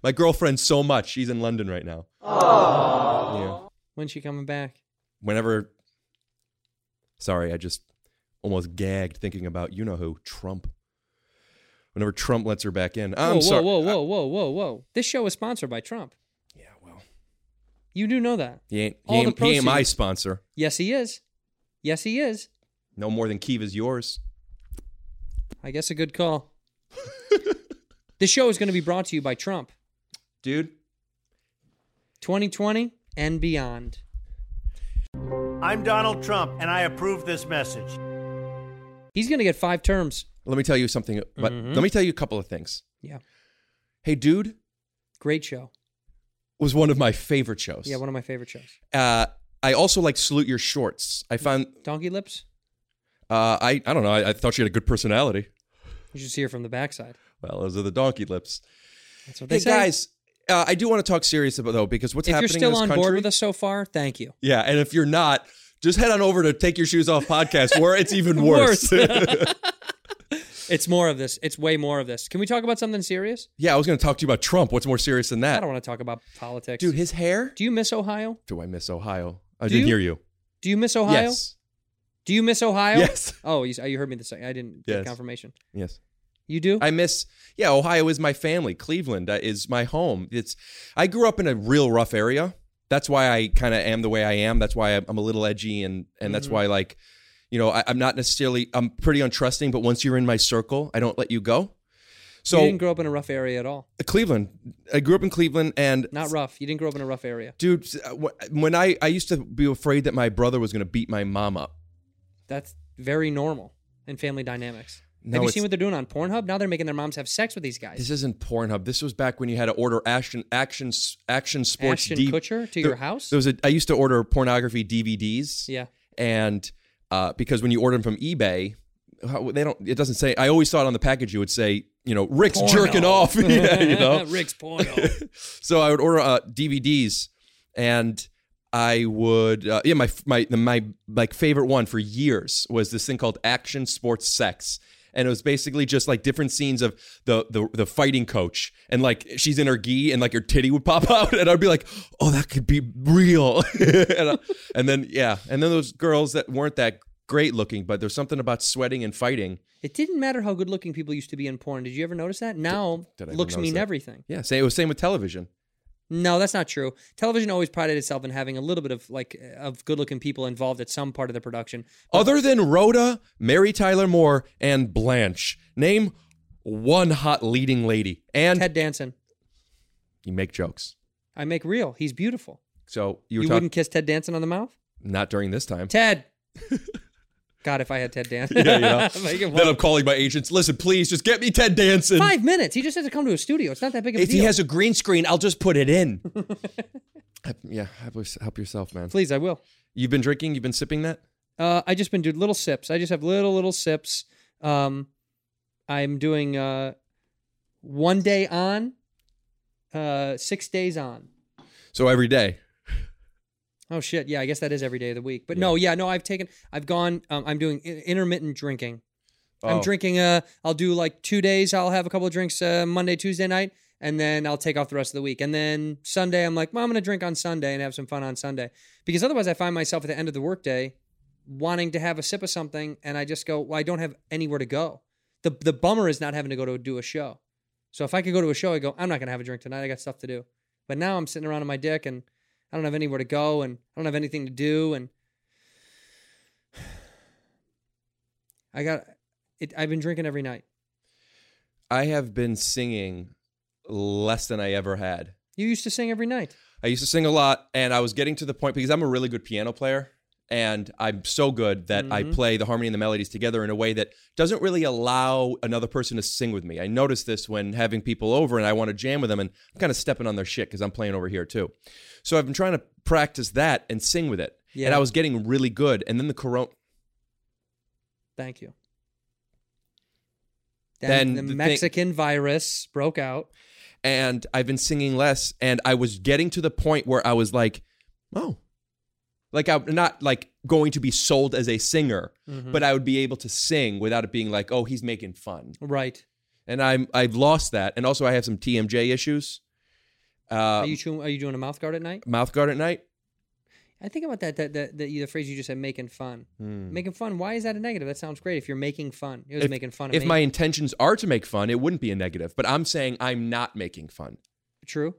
S8: my girlfriend so much. She's in London right now. Yeah.
S1: When's she coming back?
S8: Whenever. Sorry, I just almost gagged thinking about you know who Trump. Whenever Trump lets her back in, I'm
S1: whoa,
S8: sorry.
S1: Whoa, whoa, whoa,
S8: I-
S1: whoa, whoa, whoa. This show is sponsored by Trump.
S8: yeah, well,
S1: You do know that.
S8: he ain't he
S1: All the
S8: ain't, he ain't my
S1: proceeds-
S8: sponsor.
S1: Yes, he is. Yes, he is.
S8: No more than Kiva's yours.
S1: I guess a good call. this show is going to be brought to you by Trump
S8: Dude,
S1: 2020 and beyond.
S10: I'm Donald Trump, and I approve this message.
S1: He's going to get five terms.
S8: let me tell you something. But
S1: Mm-hmm.
S8: let me tell you a couple of things.
S1: Yeah.
S8: Hey, dude
S1: Great show.
S8: was one of my favorite shows.
S1: Yeah, one of my favorite shows.
S8: uh, I also like salute your shorts. I found
S1: Donkey Lips.
S8: uh, I I don't know. I, I thought she had a good personality.
S1: You should see her from the backside.
S8: Well, those are the donkey lips.
S1: That's what they
S8: Hey
S1: say.
S8: guys, uh, I do want to talk serious about though because what's
S1: if you're
S8: happening in
S1: still
S8: this
S1: on
S8: country.
S1: board with us so far, thank you.
S8: yeah, and if you're not, just head on over to Take Your Shoes Off podcast where it's even worse.
S1: It's more of this. It's way more of this. Can we talk about something serious?
S8: yeah, I was going to talk to you about Trump. What's more serious than
S1: I
S8: that,
S1: don't want to talk about politics.
S8: dude? His hair.
S1: do you miss Ohio?
S8: Do I miss Ohio? I
S1: Do
S8: didn't
S1: you?
S8: hear you.
S1: Do you miss Ohio?
S8: Yes.
S1: Do you miss Ohio?
S8: Yes.
S1: Oh, you, you heard me the second. I didn't get
S8: Yes.
S1: confirmation.
S8: Yes.
S1: You do?
S8: I miss, yeah, Ohio is my family. Cleveland uh, is my home. It's, I grew up in a real rough area. That's why I kind of am the way I am. That's why I'm I'm a little edgy, and and that's why like, you know, I, I'm not necessarily I'm pretty untrusting, but once you're in my circle, I don't let you go. So
S1: you didn't grow up in a rough area at all.
S8: Cleveland, I grew up in Cleveland, and
S1: Not rough. You didn't grow up in a rough area.
S8: dude, wh- when I I used to be afraid that my brother was going to beat my mom up.
S1: That's very normal in family dynamics.
S8: No,
S1: Have you
S8: it's-
S1: seen what they're doing on Pornhub? Now they're making their moms have sex with these guys.
S8: This isn't Pornhub. This was back when you had to order action, action, action sports.
S1: Ashton
S8: D-
S1: Kutcher to
S8: There-
S1: your house?
S8: There was a. I used to order pornography DVDs.
S1: yeah.
S8: and uh, because when you order them from eBay, how- they don't. It doesn't say. I always saw it on the package. You would say, you know, Rick's
S1: Porno.
S8: jerking off. yeah, you know.
S1: Rick's porno.
S8: So I would order uh, DVDs, and I would uh, yeah my my the, my like favorite one for years was this thing called Action Sports Sex. And it was basically just like different scenes of the, the the fighting coach, and like she's in her gi, and like her titty would pop out, and I'd be like, "Oh, that could be real." and, I- and then yeah, and then those girls that weren't that great looking, but there's something about sweating and fighting.
S1: It didn't matter how good looking people used to be in porn. Did you ever notice that? Now
S8: did I ever
S1: looks
S8: notice
S1: mean
S8: that?
S1: everything.
S8: Yeah, same, it was same with television.
S1: No, that's not true. Television always prided itself in having a little bit of like of good looking people involved at some part of the production.
S8: Other than Rhoda, Mary Tyler Moore, and Blanche, name one hot leading lady. And
S1: Ted Danson,
S8: you make jokes.
S1: I make real. He's beautiful.
S8: So you
S1: You,
S8: were talking
S1: wouldn't kiss Ted Danson on the mouth?
S8: not during this time.
S1: Ted. God, if I had Ted Danson,
S8: yeah, you know.
S1: Make it
S8: then
S1: one.
S8: I'm calling my agents. Listen, please, just get me Ted Danson.
S1: five minutes. He just has to come to a studio. It's not that big of a
S8: If
S1: deal.
S8: he has a green screen, I'll just put it in. Help- yeah, help us- help yourself, man.
S1: Please, I will.
S8: You've been drinking. You've been sipping that.
S1: Uh, I just been doing little sips. I just have little little sips. Um, I'm doing uh, one day on, uh, six days on.
S8: So every day.
S1: Oh shit! Yeah, I guess that is every day of the week. But no, yeah, no. I've taken. I've gone. Um, I'm doing i- intermittent drinking. I'm
S8: Oh.
S1: drinking. Uh, I'll do like two days. I'll have a couple of drinks uh, Monday, Tuesday night, and then I'll take off the rest of the week. And then Sunday, I'm like, well, I'm gonna drink on Sunday and have some fun on Sunday because otherwise, I find myself at the end of the workday wanting to have a sip of something, and I just go, well, I don't have anywhere to go. The the bummer is not having to go to do a show. So if I could go to a show, I go, I'm not gonna have a drink tonight. I got stuff to do. But now I'm sitting around on my dick and I don't have anywhere to go and I don't have anything to do and I got it I've been drinking every night.
S8: I have been singing less than I ever had.
S1: You used to sing every night.
S8: I used to sing a lot, and I was getting to the point because I'm a really good piano player, and I'm so good that I play the harmony and the melodies together in a way that doesn't really allow another person to sing with me. I noticed this when having people over and I want to jam with them, and I'm kind of stepping on their shit because I'm playing over here too. So I've been trying to practice that and sing with it, and
S1: Yeah.
S8: I was getting really good. And then the corona,
S1: Thank you. Then,
S8: Then the
S1: the
S8: thing-
S1: Mexican virus broke out.
S8: and I've been singing less, and I was getting to the point where I was like, oh. Like I'm not like going to be sold as a singer,
S1: Mm-hmm.
S8: but I would be able to sing without it being like, oh, he's making fun.
S1: Right.
S8: And I'm I've lost that, and also I have some TMJ issues. Uh,
S1: are you chewing, are you doing a mouth guard at night?
S8: mouth guard at night.
S1: I think about that that that, that the phrase you just said making fun. Making fun, why is that a negative? That sounds great if you're making fun. It was
S8: Hmm. If-
S1: making fun of
S8: If
S1: me.
S8: my intentions are to make fun, it wouldn't be a negative. But I'm saying I'm not making fun.
S1: True.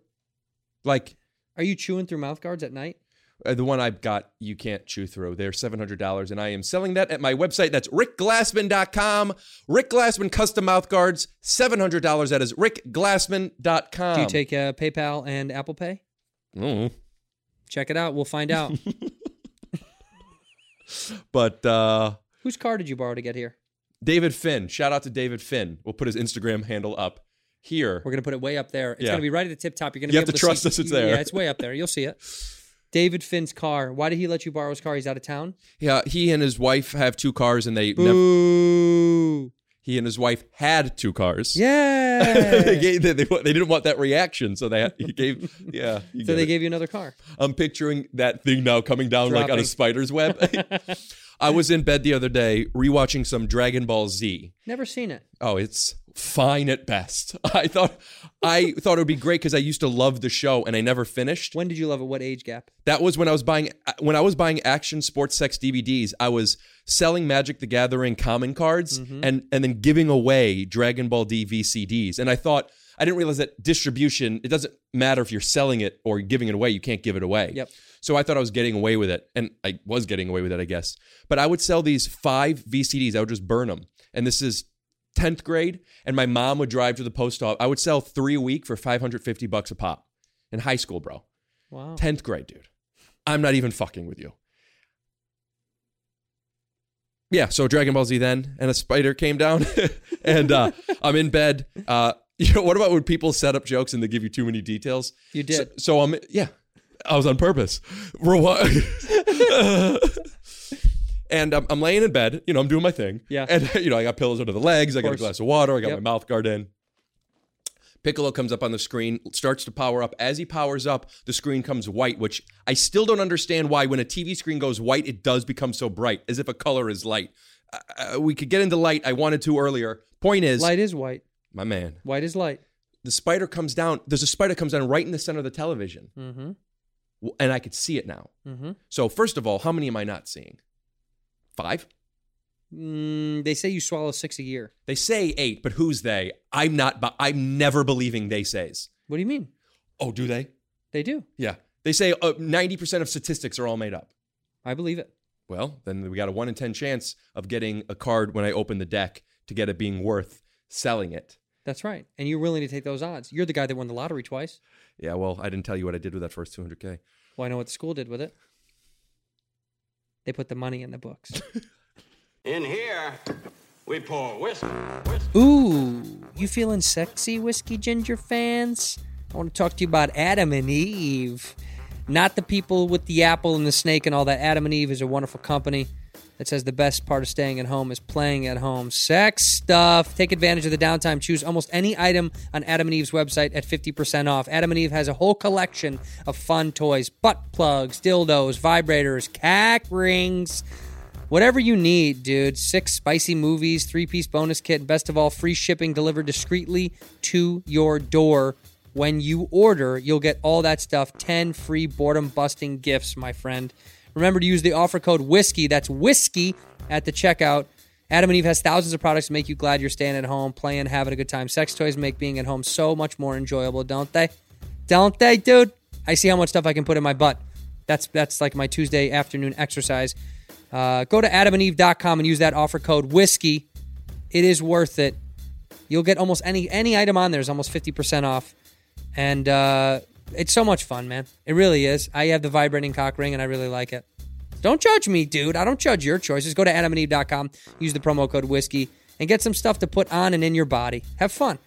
S8: Like
S1: Are you chewing through mouth guards at night?
S8: uh, the one I've got, you can't chew through. They're seven hundred dollars, and I am selling that at my website. That's rickglassman.com. Rick Glassman custom mouth guards, seven hundred dollars. That is rickglassman.com.
S1: Do you take uh, PayPal and Apple Pay?
S8: Mm.
S1: Check it out. We'll find out.
S8: But uh,
S1: Whose car did you borrow to get here?
S8: David Finn, shout out to David Finn. We'll put his Instagram handle up here.
S1: We're gonna put it way up there. It's
S8: Yeah.
S1: gonna be right at the tip top. You're gonna
S8: You
S1: be
S8: have
S1: able
S8: to
S1: see-
S8: trust us it's there.
S1: Yeah, it's way up there. You'll see it. David Finn's car. Why did he let you borrow his car? He's out of town.
S8: Yeah, he and his wife have two cars, and they never,
S1: Boo!
S8: he and his wife had two cars. they,
S1: Yeah.
S8: gave, they, they, they didn't want that reaction, so they he gave yeah. you
S1: so
S8: get
S1: they
S8: it.
S1: gave you another car.
S8: I'm picturing that thing now coming down like on a
S1: Dropping.
S8: spider's web. I was in bed the other day rewatching some Dragon Ball Z.
S1: Never seen it.
S8: Oh, it's fine at best. I thought I thought it would be great because I used to love the show and I never finished.
S1: When did you love it? What age gap?
S8: That was when I was buying when I was buying action sports sex DVDs. I was selling Magic the Gathering common cards and and then giving away Dragon Ball D VCDs. And I thought I didn't realize that distribution it doesn't matter if you're selling it or giving it away. You can't give it away.
S1: Yep.
S8: So I thought I was getting away with it, and I was getting away with it, I guess. But I would sell these five VCDs. I would just burn them. And this is 10th grade, and my mom would drive to the post office. I would sell three a week for 550 bucks a pop in high school, bro.
S1: Wow.
S8: 10th grade, dude. I'm not even fucking with you. Yeah, so Dragon Ball Z then, and a spider came down, and uh, I'm in bed. Uh, you know, what about when people set up jokes and they give you too many details?
S1: You
S8: So,
S1: did.
S8: so I'm, yeah, I was on purpose. Rewind. and I'm, I'm laying in bed, you know, I'm doing my thing.
S1: Yeah.
S8: And, you know, I got pillows under the legs, I got a
S1: course.
S8: glass of water, I got
S1: Yep.
S8: my mouth guard in. Piccolo comes up on the screen, starts to power up. As he powers up, the screen comes white, which I still don't understand why when a TV screen goes white, it does become so bright, as if a color is light. Uh, uh, we could get into light. I wanted to earlier. Point is,
S1: Light is white.
S8: my man,
S1: White is light.
S8: the spider comes down. There's a spider comes down right in the center of the television,
S1: Mm-hmm.
S8: W- and I could see it now.
S1: Mm-hmm.
S8: So first of all, how many am I not seeing? Five.
S1: Mm, they say you swallow six a year.
S8: They say eight, but who's they? I'm not. bu- I'm never believing they says.
S1: What do you mean?
S8: Oh, do they?
S1: They do.
S8: Yeah. They say uh, ninety percent of statistics are all made up.
S1: I believe it.
S8: Well, then we got a one in ten chance of getting a card when I open the deck to get it being worth selling it.
S1: That's right. And you're willing to take those odds. You're the guy that won the lottery twice.
S8: Yeah. Well, I didn't tell you what I did with that first two hundred k.
S1: Well, I know what the school did with it. They put the money in the books.
S2: In here, we pour whiskey, whiskey.
S1: Ooh, you feeling sexy, Whiskey Ginger fans? I want to talk to you about Adam and Eve. Not the people with the apple and the snake and all that. Adam and Eve is a wonderful company that says the best part of staying at home is playing at home. Sex stuff. Take advantage of the downtime. Choose almost any item on Adam and Eve's website at 50% off. Adam and Eve has a whole collection of fun toys butt plugs, dildos, vibrators, cack rings. Whatever you need, dude. Six spicy movies, three piece bonus kit, and best of all, free shipping delivered discreetly to your door. When you order, you'll get all that stuff 10 free boredom busting gifts, my friend. Remember to use the offer code WHISKEY, that's WHISKEY, at the checkout. Adam and Eve has thousands of products to make you glad you're staying at home, playing, having a good time. Sex toys make being at home so much more enjoyable, don't they? Don't they, dude? I see how much stuff I can put in my butt. That's that's like my Tuesday afternoon exercise. Uh, go to adamandeve.com and use that offer code whiskey. It is worth it. You'll get almost any any item on there is almost fifty percent off, and uh, it's so much fun, man. It really is. I have the vibrating cock ring, and I really like it. Don't judge me, dude. I don't judge your choices. Go to adamandeve.com, use the promo code whiskey, and get some stuff to put on and in your body. Have fun.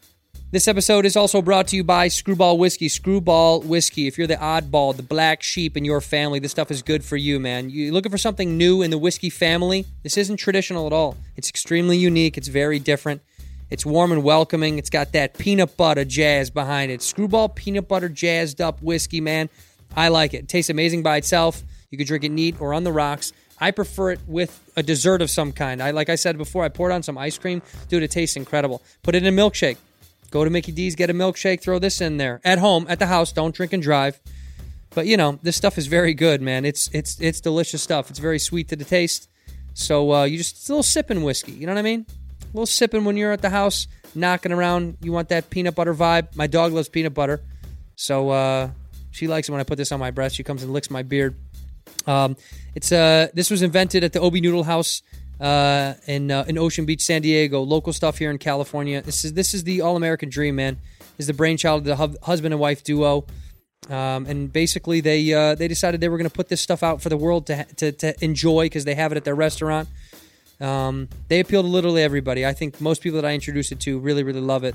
S1: This episode is also brought to you by Screwball Whiskey. Screwball Whiskey. If you're the oddball, the black sheep in your family, this stuff is good for you, man. You're looking for something new in the whiskey family? This isn't traditional at all. It's extremely unique, it's very different. It's warm and welcoming. It's got that peanut butter jazz behind it. Screwball peanut butter jazzed up whiskey, man. I like it. It tastes amazing by itself. You can drink it neat or on the rocks. I prefer it with a dessert of some kind. I like I said before, I poured on some ice cream. Dude, it tastes incredible. Put it in a milkshake. Go to Mickey D's, get a milkshake, throw this in there. At home, at the house, don't drink and drive. But you know, this stuff is very good, man. It's it's it's delicious stuff. It's very sweet to the taste. So uh, you just it's a little sipping whiskey. You know what I mean? A little sipping when you're at the house, knocking around. You want that peanut butter vibe. My dog loves peanut butter, so uh, she likes it when I put this on my breast. She comes and licks my beard. Um, it's uh, this was invented at the Obi Noodle House uh, in uh, in Ocean Beach, San Diego. Local stuff here in California. This is this is the all American dream, man. This is the brainchild of the hub husband and wife duo. Um, and basically, they uh, they decided they were going to put this stuff out for the world to ha- to, to enjoy because they have it at their restaurant. Um, they appeal to literally everybody. I think most people that I introduce it to really, really love it.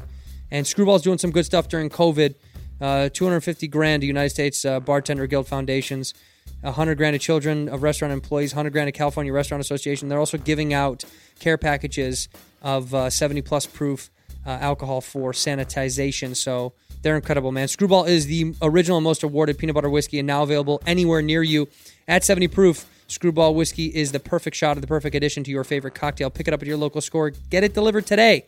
S1: And Screwball's doing some good stuff during COVID. Uh, 250 grand to United States uh, Bartender Guild Foundations, 100 grand to children of restaurant employees, 100 grand to California Restaurant Association. They're also giving out care packages of uh, 70 plus proof uh, alcohol for sanitization. So they're incredible, man. Screwball is the original and most awarded peanut butter whiskey and now available anywhere near you at 70 proof. Screwball whiskey is the perfect shot of the perfect addition to your favorite cocktail. Pick it up at your local store. Get it delivered today.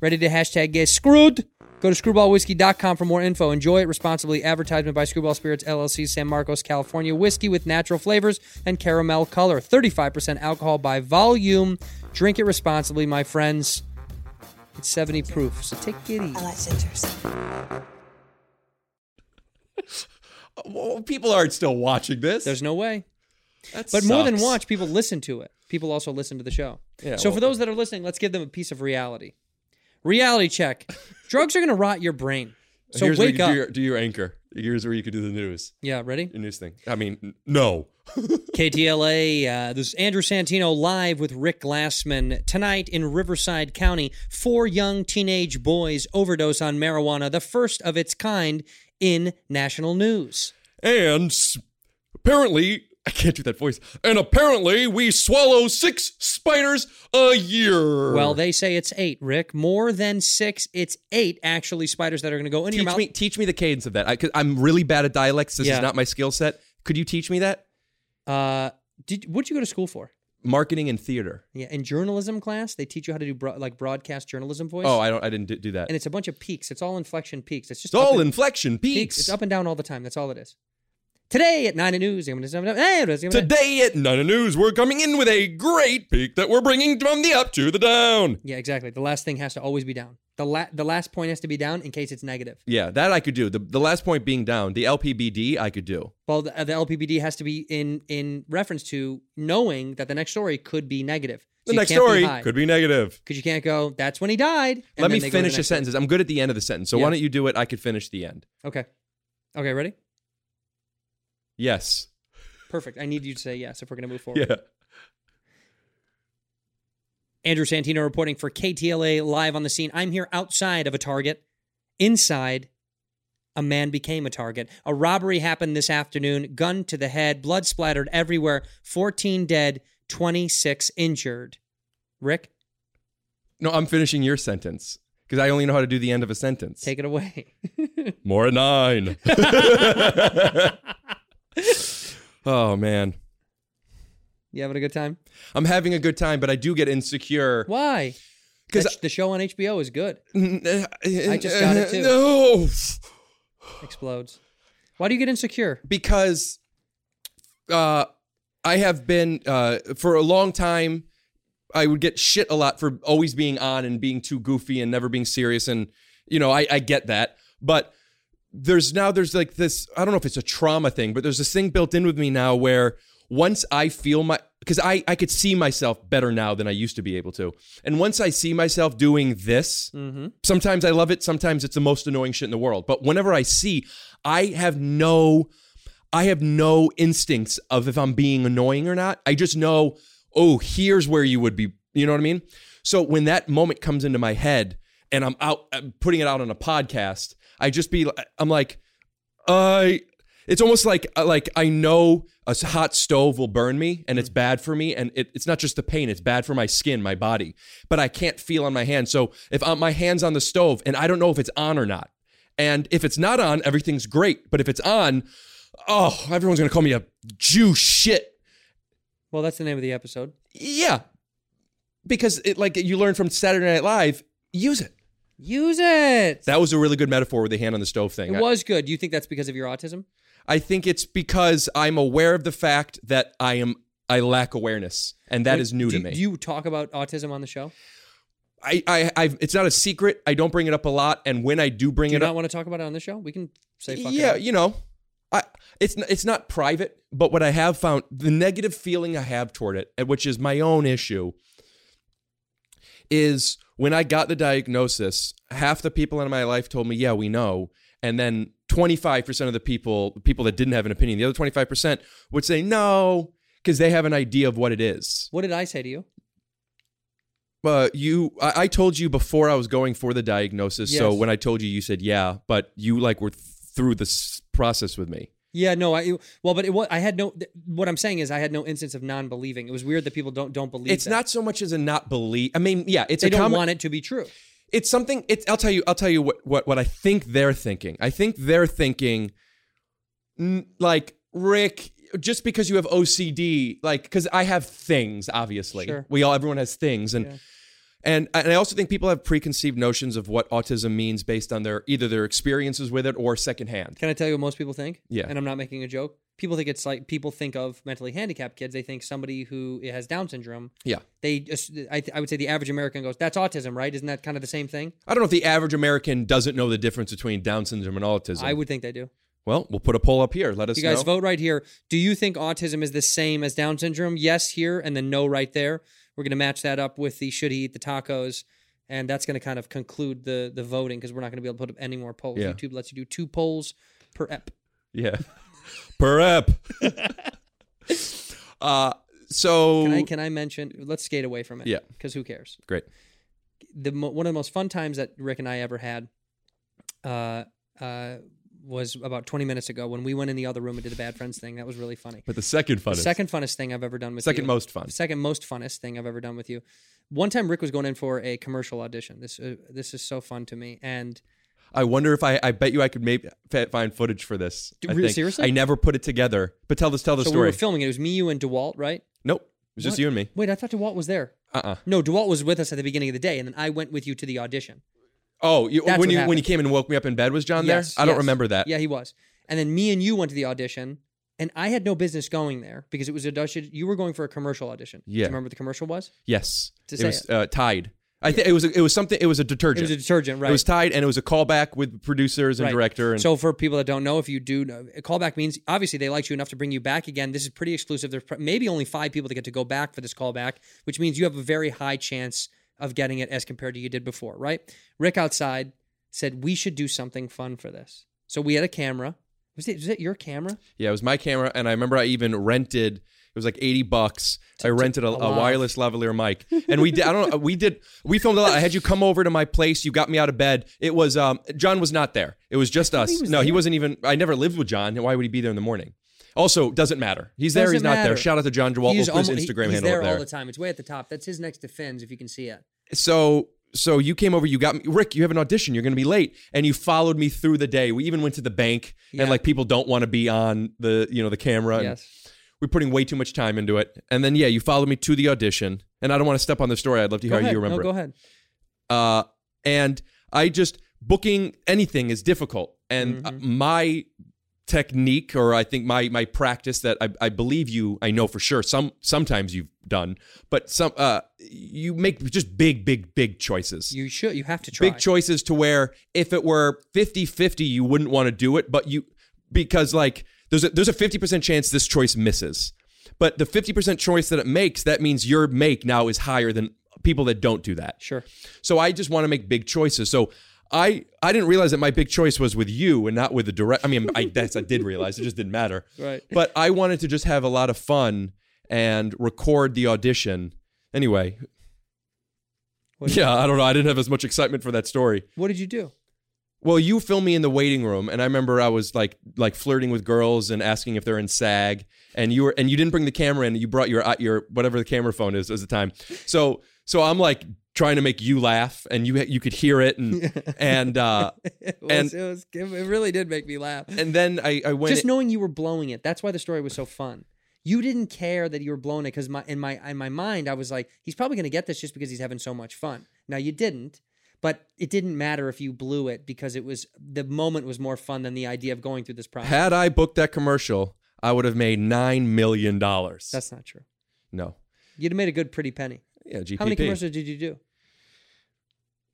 S1: Ready to hashtag get screwed? Go to screwballwhiskey.com for more info. Enjoy it responsibly. Advertisement by Screwball Spirits LLC, San Marcos, California. Whiskey with natural flavors and caramel color. 35% alcohol by volume. Drink it responsibly, my friends. It's 70 proof, so take it easy.
S7: I like gingers.
S8: Oh, Well, people aren't still watching this.
S1: There's no way.
S8: That
S1: But more than
S8: sucks.
S1: watch, people listen to it. People also listen to the show.
S8: Yeah,
S1: so for
S8: well-
S1: those that are listening, let's give them a piece of reality. Reality check. Drugs are going to rot your brain. So
S8: Here's where you
S1: wake
S8: do
S1: up.
S8: your- do your anchor. Here's where you could do the news.
S1: yeah, ready?
S8: Your news thing. I mean, n- no.
S1: KTLA. Uh, this is Andrew Santino live with Rick Glassman tonight in Riverside County. Four young teenage boys overdose on marijuana, the first of its kind in national news.
S8: And s- apparently, I can't do that voice. And apparently, we swallow six spiders a year.
S1: Well, they say it's eight, Rick. More than six, it's eight actually spiders that are going to go in your
S8: teach
S1: mouth.
S8: me, teach me the cadence of that. I, cause I'm really bad at dialects. This
S1: Yeah.
S8: is not my skill set. Could you teach me that?
S1: Uh, did what'd you go to school for?
S8: Marketing and theater.
S1: Yeah, in journalism class, they teach you how to do bro- like broadcast journalism voice.
S8: Oh, I don't. I didn't do- do that.
S1: and it's a bunch of peaks. It's all inflection peaks. It's just
S8: It's all
S1: up and-
S8: inflection peaks.
S1: It's up and down all the time. That's all it is. Today at nine at news. I'm gonna- I'm gonna- eh, I'm gonna-
S8: Today at None of News, we're coming in with a great peak that we're bringing from the up to the down.
S1: Yeah, exactly. The last thing has to always be down. The la- the last point has to be down in case it's negative.
S8: Yeah, that I could do. The, the last point being down, the LPBD I could do.
S1: Well, the, the LPBD has to be in in reference to knowing that the next story could be negative.
S8: The next story could be negative.
S1: because you can't go. That's when he died. and
S8: Let
S1: then
S8: me
S1: they go to the
S8: finish the
S1: next story."
S8: sentences. I'm good at the end of the sentence, so
S1: Yeah.
S8: why don't you do it? I could finish the end.
S1: Okay, okay, ready?
S8: Yes.
S1: Perfect. I need you to say yes if we're gonna move forward.
S8: Yeah.
S1: Andrew Santino reporting for KTLA live on the scene. I'm here outside of a Target. Inside, a man became a target. A robbery happened this afternoon, gun to the head, blood splattered everywhere, 14 dead, 26 injured. Rick,
S8: No, I'm finishing your sentence because I only know how to do the end of a sentence.
S1: take it away.
S8: More at nine. oh, man.
S1: you having a good time?
S8: I'm having a good time, but I do get insecure.
S1: Why?
S8: 'Cause
S1: Because the show on HBO is good.
S8: I
S1: just got it, too.
S8: No.
S1: Explodes. Why do you get insecure?
S8: because uh, I have been uh, for a long time. I would get shit a lot for always being on and being too goofy and never being serious, and you know I, I get that. But there's now there's like this. I don't know if it's a trauma thing, but there's this thing built in with me now where once I feel my because I I could see myself better now than I used to be able to, and once I see myself doing this, sometimes I love it, sometimes it's the most annoying shit in the world. But whenever I see, I have no I have no instincts of if I'm being annoying or not. I just know, oh, here's where you would be. You know what I mean? So when that moment comes into my head and I'm out I'm putting it out on a podcast, I just be I'm like, I it's almost like uh, like I know a s- hot stove will burn me and it's bad for me and it, it's not just the pain it's bad for my skin my body but I can't feel on my hand so if i my hands on the stove and I don't know if it's on or not and if it's not on everything's great but if it's on oh everyone's gonna call me a Jew shit
S1: Well, that's the name of the episode.
S8: yeah because it like you learn from Saturday Night Live use it
S1: Use it.
S8: that was a really good metaphor with the hand on the stove thing
S1: It
S8: I-
S1: was good. You think that's because of your autism?
S8: I think it's because I'm aware of the fact that I am I lack awareness, and that
S1: Wait,
S8: is new
S1: do-
S8: to me.
S1: Do you talk about autism on the show?
S8: I, I, I've, it's not a secret. I don't bring it up a lot, and when I do bring
S1: Do you
S8: it
S1: not
S8: up,
S1: want to talk about it on the show? We can say fuck it
S8: yeah,
S1: up.
S8: you know, I, it's, n- it's not private. But what I have found, the negative feeling I have toward it, and which is my own issue, is when I got the diagnosis, half the people in my life told me, "Yeah, we know," and then 25% of the people, people that didn't have an opinion, the other 25% would say no because they have an idea of what it is.
S1: What did I say to you?
S8: But you, I, I told you before I was going for the diagnosis. So
S1: Yes.
S8: when I told you, you said yeah, but you like were th- through this process with me.
S1: Yeah, no, I well, but it was I had no. th- What I'm saying is, I had no instance of non-believing. It was weird that people don't don't believe.
S8: It's
S1: that.
S8: not so much as a not believe. I mean, yeah, it's
S1: They
S8: a
S1: don't
S8: common.
S1: want it to be true.
S8: it's something. It's. I'll tell you. I'll tell you what what what I think they're thinking. I think they're thinking, n- like Rick. Just because you have OCD, like, because I have things. Obviously,
S1: Sure.
S8: we all everyone has things, and And, and I also think people have preconceived notions of what autism means based on their either their experiences with it or secondhand.
S1: Can I tell you what most people think?
S8: Yeah.
S1: and I'm not making a joke. People think it's like people think of mentally handicapped kids. They think somebody who has Down syndrome.
S8: Yeah.
S1: They, just, I, I would say the average American goes, "That's autism, right? Isn't that kind of the same thing?"
S8: I don't know if the average American doesn't know the difference between Down syndrome and autism.
S1: I would think they do.
S8: Well, we'll put a poll up here. Let us
S1: You guys
S8: know.
S1: vote right here. Do you think autism is the same as Down syndrome? Yes, here, and then no right there. We're going to match that up with the should he eat the tacos, and that's going to kind of conclude the the voting because we're not going to be able to put up any more polls.
S8: Yeah.
S1: YouTube lets you do two polls per ep.
S8: Yeah. per app. uh, so
S1: Can I can I mention? Let's skate away from it.
S8: Yeah.
S1: because who cares?
S8: great.
S1: The mo- one of the most fun times that Rick and I ever had. Uh, uh, was about 20 minutes ago when we went in the other room and did the bad friends thing. That was really funny.
S8: But the second funnest.
S1: The second funnest thing I've ever done with
S8: Second
S1: you.
S8: most fun.
S1: Second most funnest thing I've ever done with you. One time Rick was going in for a commercial audition. This uh, this is so fun to me. And
S8: I wonder if I. I bet you I could maybe fa- find footage for this.
S1: Do-
S8: I
S1: really-
S8: think.
S1: seriously?
S8: I never put it together. But tell this. Tell the
S1: so we
S8: story.
S1: were filming it. It was me, you, and DeWalt, right?
S8: nope. It was just
S1: What?
S8: you and me.
S1: Wait, I thought DeWalt was there.
S8: Uh. uh
S1: No, DeWalt was with us at the beginning of the day, and then I went with you to the audition.
S8: Oh, you,
S1: That's
S8: when
S1: what
S8: you when
S1: happened.
S8: you came and woke me up in bed was John
S1: Yes,
S8: there? I don't
S1: yes.
S8: remember that.
S1: Yeah, he was. And then me and you went to the audition, and I had no business going there because it was audition. You were going for a commercial audition. Do you
S8: Yeah.
S1: remember what the commercial was?
S8: Yes.
S1: To
S8: it
S1: say
S8: was
S1: it.
S8: Uh, Tide. I think it was a, it was something. It was a
S1: It
S8: detergent.
S1: was a detergent, right?
S8: It was Tide, and it was a callback with producers and
S1: Right.
S8: director. And
S1: So for people that don't know, if you do know, a callback means obviously they liked you enough to bring you back again. This is pretty exclusive. There's pr- maybe only five people that get to go back for this callback, which means you have a very high chance of getting it as compared to you did before, right? Rick outside said we should do something fun for this. So we had a camera. Was it, was it your camera?
S8: yeah, it was my camera, and I remember I even rented. It was like eighty bucks. I rented a,
S1: a
S8: a
S1: lav.
S8: wireless lavalier mic, and we did. I don't know. We did. We filmed a lot. I had you come over to my place. You got me out of bed. It was um, John was not there. It was just us.
S1: was
S8: no, he
S1: there.
S8: wasn't even. I never lived with John. Why would he be there in the morning? Also, doesn't matter. He's there.
S1: Doesn't
S8: He's not
S1: matter.
S8: there. Shout out to John Dewalt. We'll
S1: He's
S8: put his
S1: almo- he-
S8: Instagram
S1: he's
S8: handle
S1: there
S8: up there.
S1: all the time. It's way at the top. That's his next to Finn's, if you can see it.
S8: so so you came over you got me rick you have an audition you're gonna be late and you followed me through the day we even went to the bank
S1: Yeah.
S8: and like people don't want to be on the you know the camera and
S1: Yes.
S8: we're putting way too much time into it and then yeah you followed me to the audition and i don't want to step on the story i'd love to
S1: Go
S8: hear how
S1: ahead.
S8: you remember
S1: No,
S8: it.
S1: go ahead.
S8: Uh, and I just booking anything is difficult. And uh,
S1: Mm-hmm.
S8: my technique, or I think my my practice that I, I believe you, I know for sure. Some sometimes you've done, but some uh, you make just big, big, big choices.
S1: You should. You have to try.
S8: Big choices to where if it were 50-50, you wouldn't want to do it, but you because like there's a there's a 50% chance this choice misses. But the 50% choice that it makes, that means your make now is higher than people that don't do that.
S1: Sure.
S8: So I just want to make big choices. So I I didn't realize that my big choice was with you and not with the direct. I mean, I that's I did realize it just didn't matter.
S1: Right.
S8: But I wanted to just have a lot of fun and record the audition. Anyway.
S1: What-
S8: yeah, I don't know. I didn't have as much excitement for that story.
S1: What did you do?
S8: Well, you filmed me in the waiting room, and I remember I was like like flirting with girls and asking if they're in SAG, and you were and you didn't bring the camera in. You brought your uh, your whatever the camera phone is at the time. So so I'm like trying to make you laugh, and you you could hear it, and and uh,
S1: It was,
S8: And-
S1: it was. It really did make me laugh.
S8: and then I I went
S1: just knowing you were blowing it that's why the story was so fun you didn't care that you were blowing it because my in my in my mind i was like he's probably going to get this just because he's having so much fun now you didn't but it didn't matter if you blew it because it was the moment was more fun than the idea of going through this process
S8: had I booked that commercial, I would have made nine million dollars.
S1: that's not true
S8: no,
S1: you'd have made a good pretty penny
S8: yeah, GPP.
S1: how many commercials did you do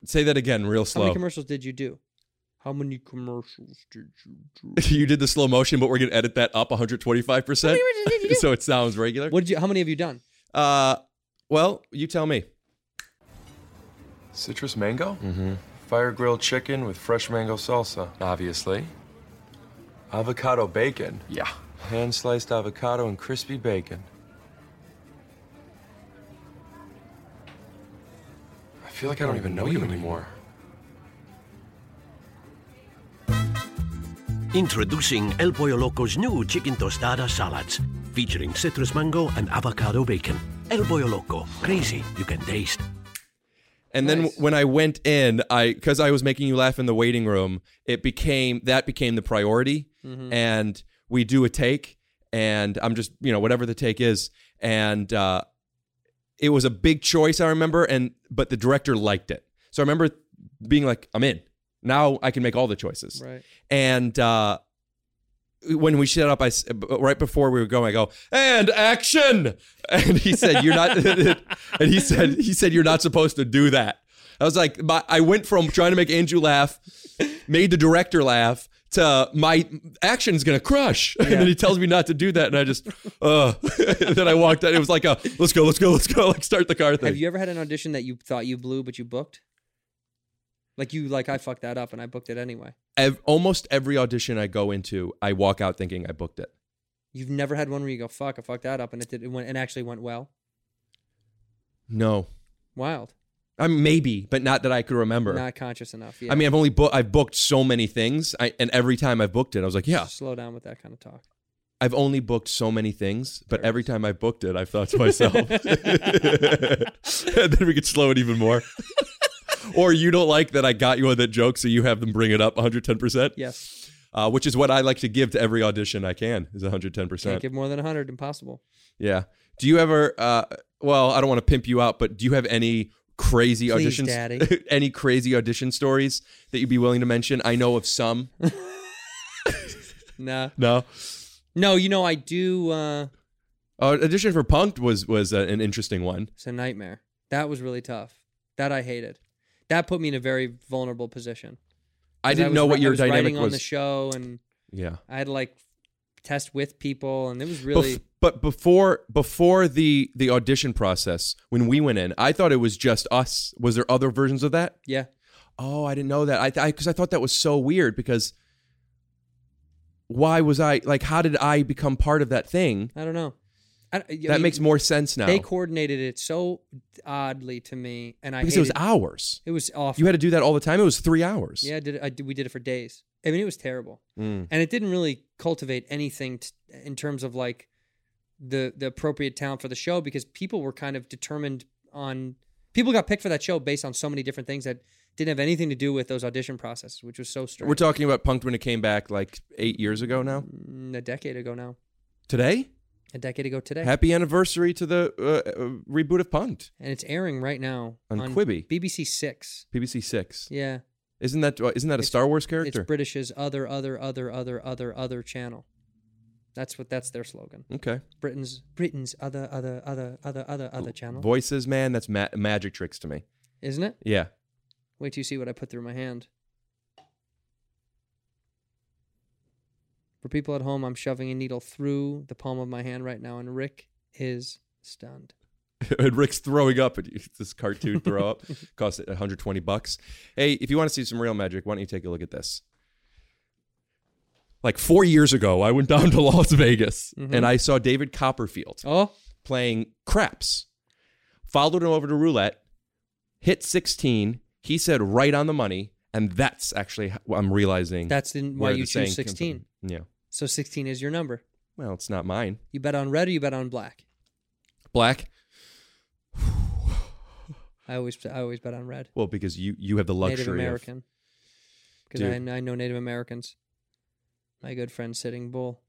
S8: Say that again, real
S1: how many
S8: slow.
S1: commercials did you do how many commercials did you do
S8: you did the slow motion, but we're gonna edit that up 125 percent, so it sounds regular.
S1: what did you how many have you done
S8: Uh, well, you tell me.
S11: Citrus mango? Mm-hmm. Fire grilled chicken with fresh mango salsa, obviously. Avocado bacon. Yeah. Hand sliced avocado and crispy bacon. I feel like I don't even know you anymore.
S12: Introducing El Pollo Loco's new chicken tostada salads, featuring citrus mango and avocado bacon. El Pollo Loco, crazy you can taste.
S8: And then w- when I went in, I because I was making you laugh in the waiting room, it became that became the priority. And we do a take, and I'm just you know whatever the take is, and uh, it was a big choice I remember, and but the director liked it, so I remember being like, I'm in. Now I can make all the choices.
S1: Right.
S8: And uh, when we shut up, I s- b- right before we were going, I go and action, and he said, "You're not," and he said, "He said you're not supposed to do that." I was like, my, I went from trying to make Andrew laugh, made the director laugh, to my action's gonna crush, and then he tells me not to do that, and I just, uh, then I walked out. It was like a, let's go, let's go, let's go, like start the car thing.
S1: Have you ever had an audition that you thought you blew but you booked? Like you like I fucked that up and I booked it anyway.
S8: Ev- almost every audition I go into, I walk out thinking I booked it.
S1: You've never had one where you go fuck I fucked that up and it did it went and actually went well.
S8: No,
S1: Wild.
S8: I mean, maybe, but not that I could remember.
S1: Not conscious enough. Yeah.
S8: I mean, I've only booked I've booked so many things, I, and every time I've booked it, I was like, yeah,
S1: Slow down with that kind of talk.
S8: I've only booked so many things, but every time I booked it, I've thought to myself, and then we could slow it even more. or you don't like that I got you on that joke, so you have them bring it up 110%.
S1: Yes.
S8: Uh, which is what I like to give to every audition I can is 110%.
S1: Can't give more than 100. Impossible.
S8: Yeah. Do you ever? Uh, well, I don't want to pimp you out, but do you have any crazy
S1: Please,
S8: auditions?
S1: Daddy.
S8: any crazy audition stories that you'd be willing to mention? I know of some.
S1: No.
S8: no.
S1: No, you know, I do. Uh,
S8: Uh, audition for Punked was was uh, an interesting one.
S1: it's a nightmare. That was really tough. That I hated. That put me in a very vulnerable position.
S8: I
S1: 'Cause
S8: didn't
S1: was
S8: know what
S1: ri- I
S8: your
S1: was
S8: dynamic
S1: writing on
S8: was.
S1: the show, and
S8: Yeah.
S1: I had to like test with people, and it was really
S8: Bef- but before before the the audition process, when we went in, I thought it was just us. Was there other versions of that?
S1: yeah.
S8: Oh, I didn't know that. I because I, 'cause I thought that was so weird because why was I like? How did I become part of that thing?
S1: I don't know. I, I
S8: that
S1: mean,
S8: makes more sense now.
S1: They coordinated it so oddly to me, and I
S8: because it was
S1: hated-
S8: hours.
S1: It was awful.
S8: You had to do that all the time. It was three hours.
S1: Yeah, I did, it- I did. We did it for days. I mean, it was terrible,
S8: Mm.
S1: and it didn't really cultivate anything t- in terms of like the the appropriate talent for the show because people were kind of determined on people got picked for that show based on so many different things that didn't have anything to do with those audition processes, which was so strange.
S8: We're talking about Punked when it came back like eight years ago now.
S1: Mm, a decade ago now.
S8: Today,
S1: A decade ago today,
S8: happy anniversary to the uh, uh, reboot of Punked
S1: and it's airing right now
S8: On Quibi.
S1: BBC Six.
S8: BBC Six.
S1: Yeah,
S8: Isn't that uh, isn't that a Star Wars character?
S1: it's British's other other other other other other channel. That's what that's their slogan.
S8: okay.
S1: Britain's Britain's other other other other other
S8: Oh,
S1: other channel,
S8: Voices, man, that's ma- magic tricks to me.
S1: isn't it?
S8: Yeah.
S1: Wait till you see what I put through my hand. For people at home, I'm shoving a needle through the palm of my hand right now, and Rick is stunned.
S8: and Rick's throwing up at you. This cartoon throw up cost 120 bucks. Hey, if you want to see some real magic, why don't you take a look at this? Like four years ago, I went down to Las Vegas
S1: Mhm.
S8: and I saw David Copperfield
S1: Oh,
S8: playing craps. Followed him over to roulette, hit 16. He said right on the money, and that's actually how I'm realizing
S1: that's the, why
S8: where the
S1: you
S8: saying
S1: choose
S8: comes
S1: 16.
S8: from. Yeah.
S1: So 16 is your number.
S8: Well, it's not mine.
S1: You bet on red or you bet on black.
S8: Black.
S1: I always I always bet on red.
S8: Well, because you you have the luxury
S1: Native
S8: of-
S1: American. Because
S8: Dude.
S1: I, I know Native Americans. My good friend Sitting Bull.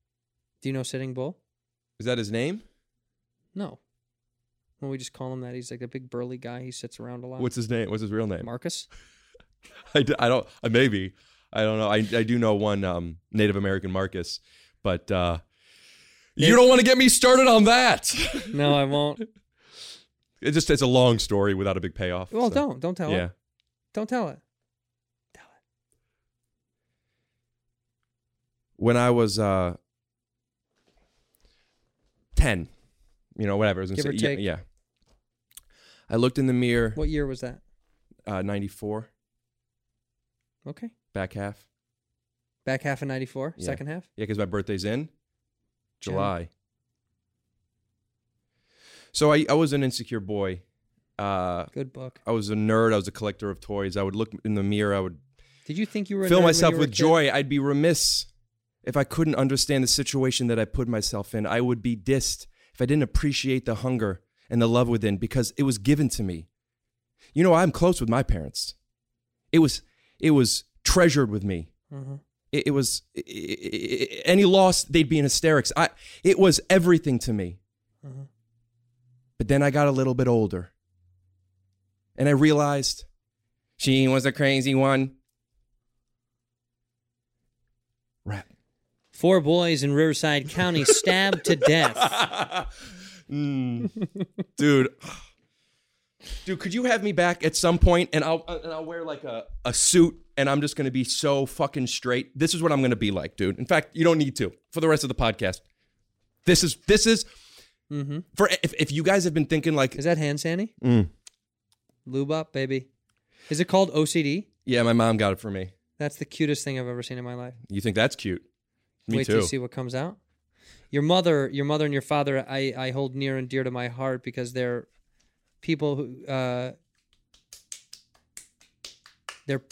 S1: Do you know Sitting Bull?
S8: Is that his name?
S1: No. Well, we just call him that. He's like a big burly guy. He sits around a lot.
S8: What's his name? What's his real name?
S1: Marcus?
S8: I, d- I don't uh, maybe I don't know I, I do know one um, Native American Marcus but uh, you don't want to get me started on that
S1: No, I won't.
S8: it just it's a long story without a big payoff
S1: Well,
S8: so,
S1: don't don't tell
S8: yeah
S1: it. Don't tell it.
S8: when I was uh, ten you know whatever I was gonna
S1: Give or
S8: say, yeah,
S1: take.
S8: yeah I looked in the mirror
S1: What year was that?
S8: uh, ninety four
S1: Okay.
S8: back half
S1: Back half of 94,
S8: Yeah.
S1: second half.
S8: Yeah, because my birthday's in
S1: June.
S8: July. So I, I was an insecure boy. Uh,
S1: Good book.
S8: I was a nerd. I was a collector of toys. I would look in the mirror. I would
S1: Did you think you were a nerd
S8: fill
S1: when
S8: myself
S1: you were a
S8: with
S1: kid?
S8: joy. I'd be remiss if I couldn't understand the situation that I put myself in. I would be dissed if I didn't appreciate the hunger and the love within because it was given to me. You know, I'm close with my parents. It was it was treasured with me
S1: Mhm.
S8: it, it was i i i any loss they'd be in hysterics i it was everything to me
S1: Mhm.
S8: but then i got a little bit older and i realized she was a crazy one right
S1: Four boys in Riverside County stabbed to death.
S8: dude dude could you have me back at some point and i'll and i'll wear like a, a suit and i'm just gonna be so fucking straight this is what i'm gonna be like dude in fact you don't need to for the rest of the podcast this is this is
S1: Mm-hmm.
S8: for if, if you guys have been thinking like
S1: Is that hand sandy?
S8: Mm.
S1: Lube up, baby. Is it called OCD?
S8: yeah my mom got it for me
S1: That's the cutest thing I've ever seen in my life.
S8: you think that's cute me
S1: Wait till
S8: too
S1: you see what comes out. Your mother, your mother and your father, I, I hold near and dear to my heart because they're people who uh, They're.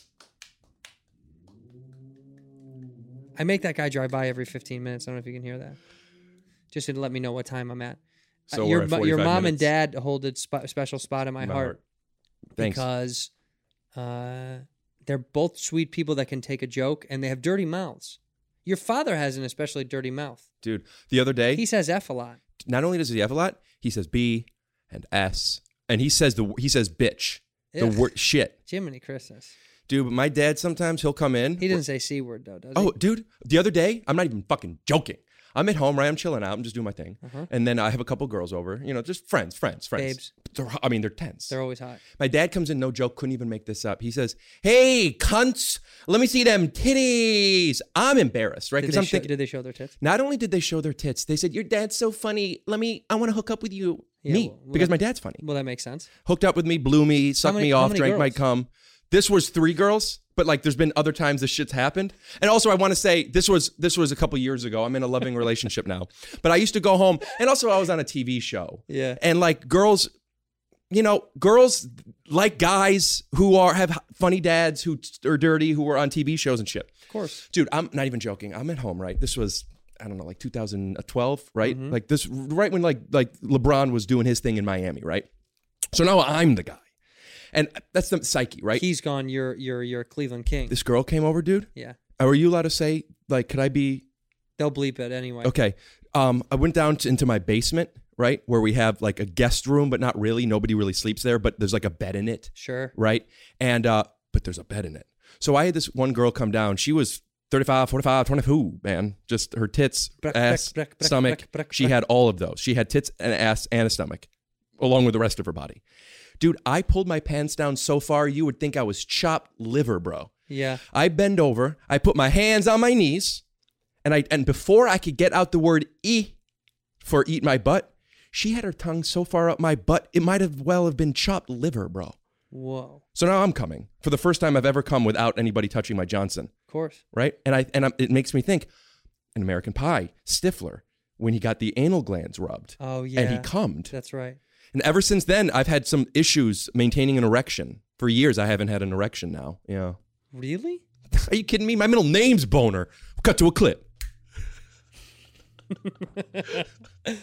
S1: I make that guy drive by every 15 minutes. I don't know if you can hear that. Just to let me know what time I'm at. Uh,
S8: So we're
S1: your
S8: at
S1: mo- your
S8: 45
S1: mom
S8: minutes.
S1: and dad hold a sp- special spot in my,
S8: My
S1: heart.
S8: heart. Thanks.
S1: Because uh, they're both sweet people that can take a joke and they have dirty mouths. Your father has an especially dirty mouth.
S8: Dude, the other day,
S1: He says F a lot.
S8: not only does he have a lot, he says B and S, and he says the he says bitch, the
S1: Ugh.
S8: word shit,
S1: Jiminy Christmas.
S8: dude. But my dad sometimes he'll come in.
S1: He didn't say C word though, does he?
S8: Oh, dude, the other day, I'm not even fucking joking. I'm at home, right? I'm chilling out. I'm just doing my thing,
S1: Uh-huh.
S8: and then I have a couple girls over. You know, just friends, friends, friends.
S1: Babes.
S8: They're, I mean, they're tense.
S1: They're always hot.
S8: My dad comes in, no joke, couldn't even make this up. He says, "Hey, cunts, let me see them titties." I'm embarrassed, right?
S1: Did
S8: Because
S1: they
S8: I'm
S1: show-
S8: thinking,
S1: did they show their tits?
S8: not only did they show their tits, they said, "Your dad's so funny. Let me. I want to hook up with you."
S1: Yeah,
S8: me,
S1: well, well,
S8: because
S1: that-
S8: my dad's funny.
S1: Well, that makes sense.
S8: Hooked up with me, blew me, sucked
S1: many-
S8: me
S1: how
S8: off,
S1: many
S8: drank my
S1: girls?
S8: cum. This was three girls, but like, there's been other times this shit's happened. And also, I want to say this was this was a couple years ago. I'm in a loving relationship now, but I used to go home, and also I was on a TV show.
S1: Yeah.
S8: and like girls. You know, girls like guys who are have funny dads who are dirty, who are on TV shows and shit.
S1: Of course.
S8: Dude, I'm not even joking. I'm at home, right? This was I don't know, like 2012, right?
S1: Mhm.
S8: Like this right when like like LeBron was doing his thing in Miami, right? So now I'm the guy. And that's the psyche, right?
S1: He's gone. You're you're you're Cleveland King.
S8: this girl came over, dude.
S1: yeah,
S8: Are you allowed to say like could I be
S1: they'll bleep it anyway.
S8: Okay. Um, I went down to, into my basement, right, where we have like a guest room, but not really. Nobody really sleeps there, but there's like a bed in it.
S1: Sure.
S8: Right. And, uh, but there's a bed in it. So I had this one girl come down. She was 35, 45, 22, man. Just her tits,
S1: Breck,
S8: ass,
S1: breck, breck, breck,
S8: stomach.
S1: breck, breck,
S8: she
S1: breck.
S8: had all of those. She had tits and ass and a stomach, along with the rest of her body. Dude, I pulled my pants down so far you would think I was chopped liver, bro.
S1: Yeah.
S8: I bend over, I put my hands on my knees, and I and before I could get out the word e for eat my butt, she had her tongue so far up my butt it might have well have been chopped liver, bro.
S1: Whoa.
S8: So now I'm coming for the first time I've ever come without anybody touching my Johnson,
S1: Of course.
S8: right? And I and I'm, it makes me think, an American Pie, Stifler, when he got the anal glands rubbed,
S1: Oh yeah.
S8: and he cummed,
S1: That's right.
S8: and ever since then I've had some issues maintaining an erection. For years I haven't had an erection now. Yeah.
S1: Really?
S8: Are you kidding me? My middle name's Boner. Cut to a clip.
S1: Could
S8: Don't-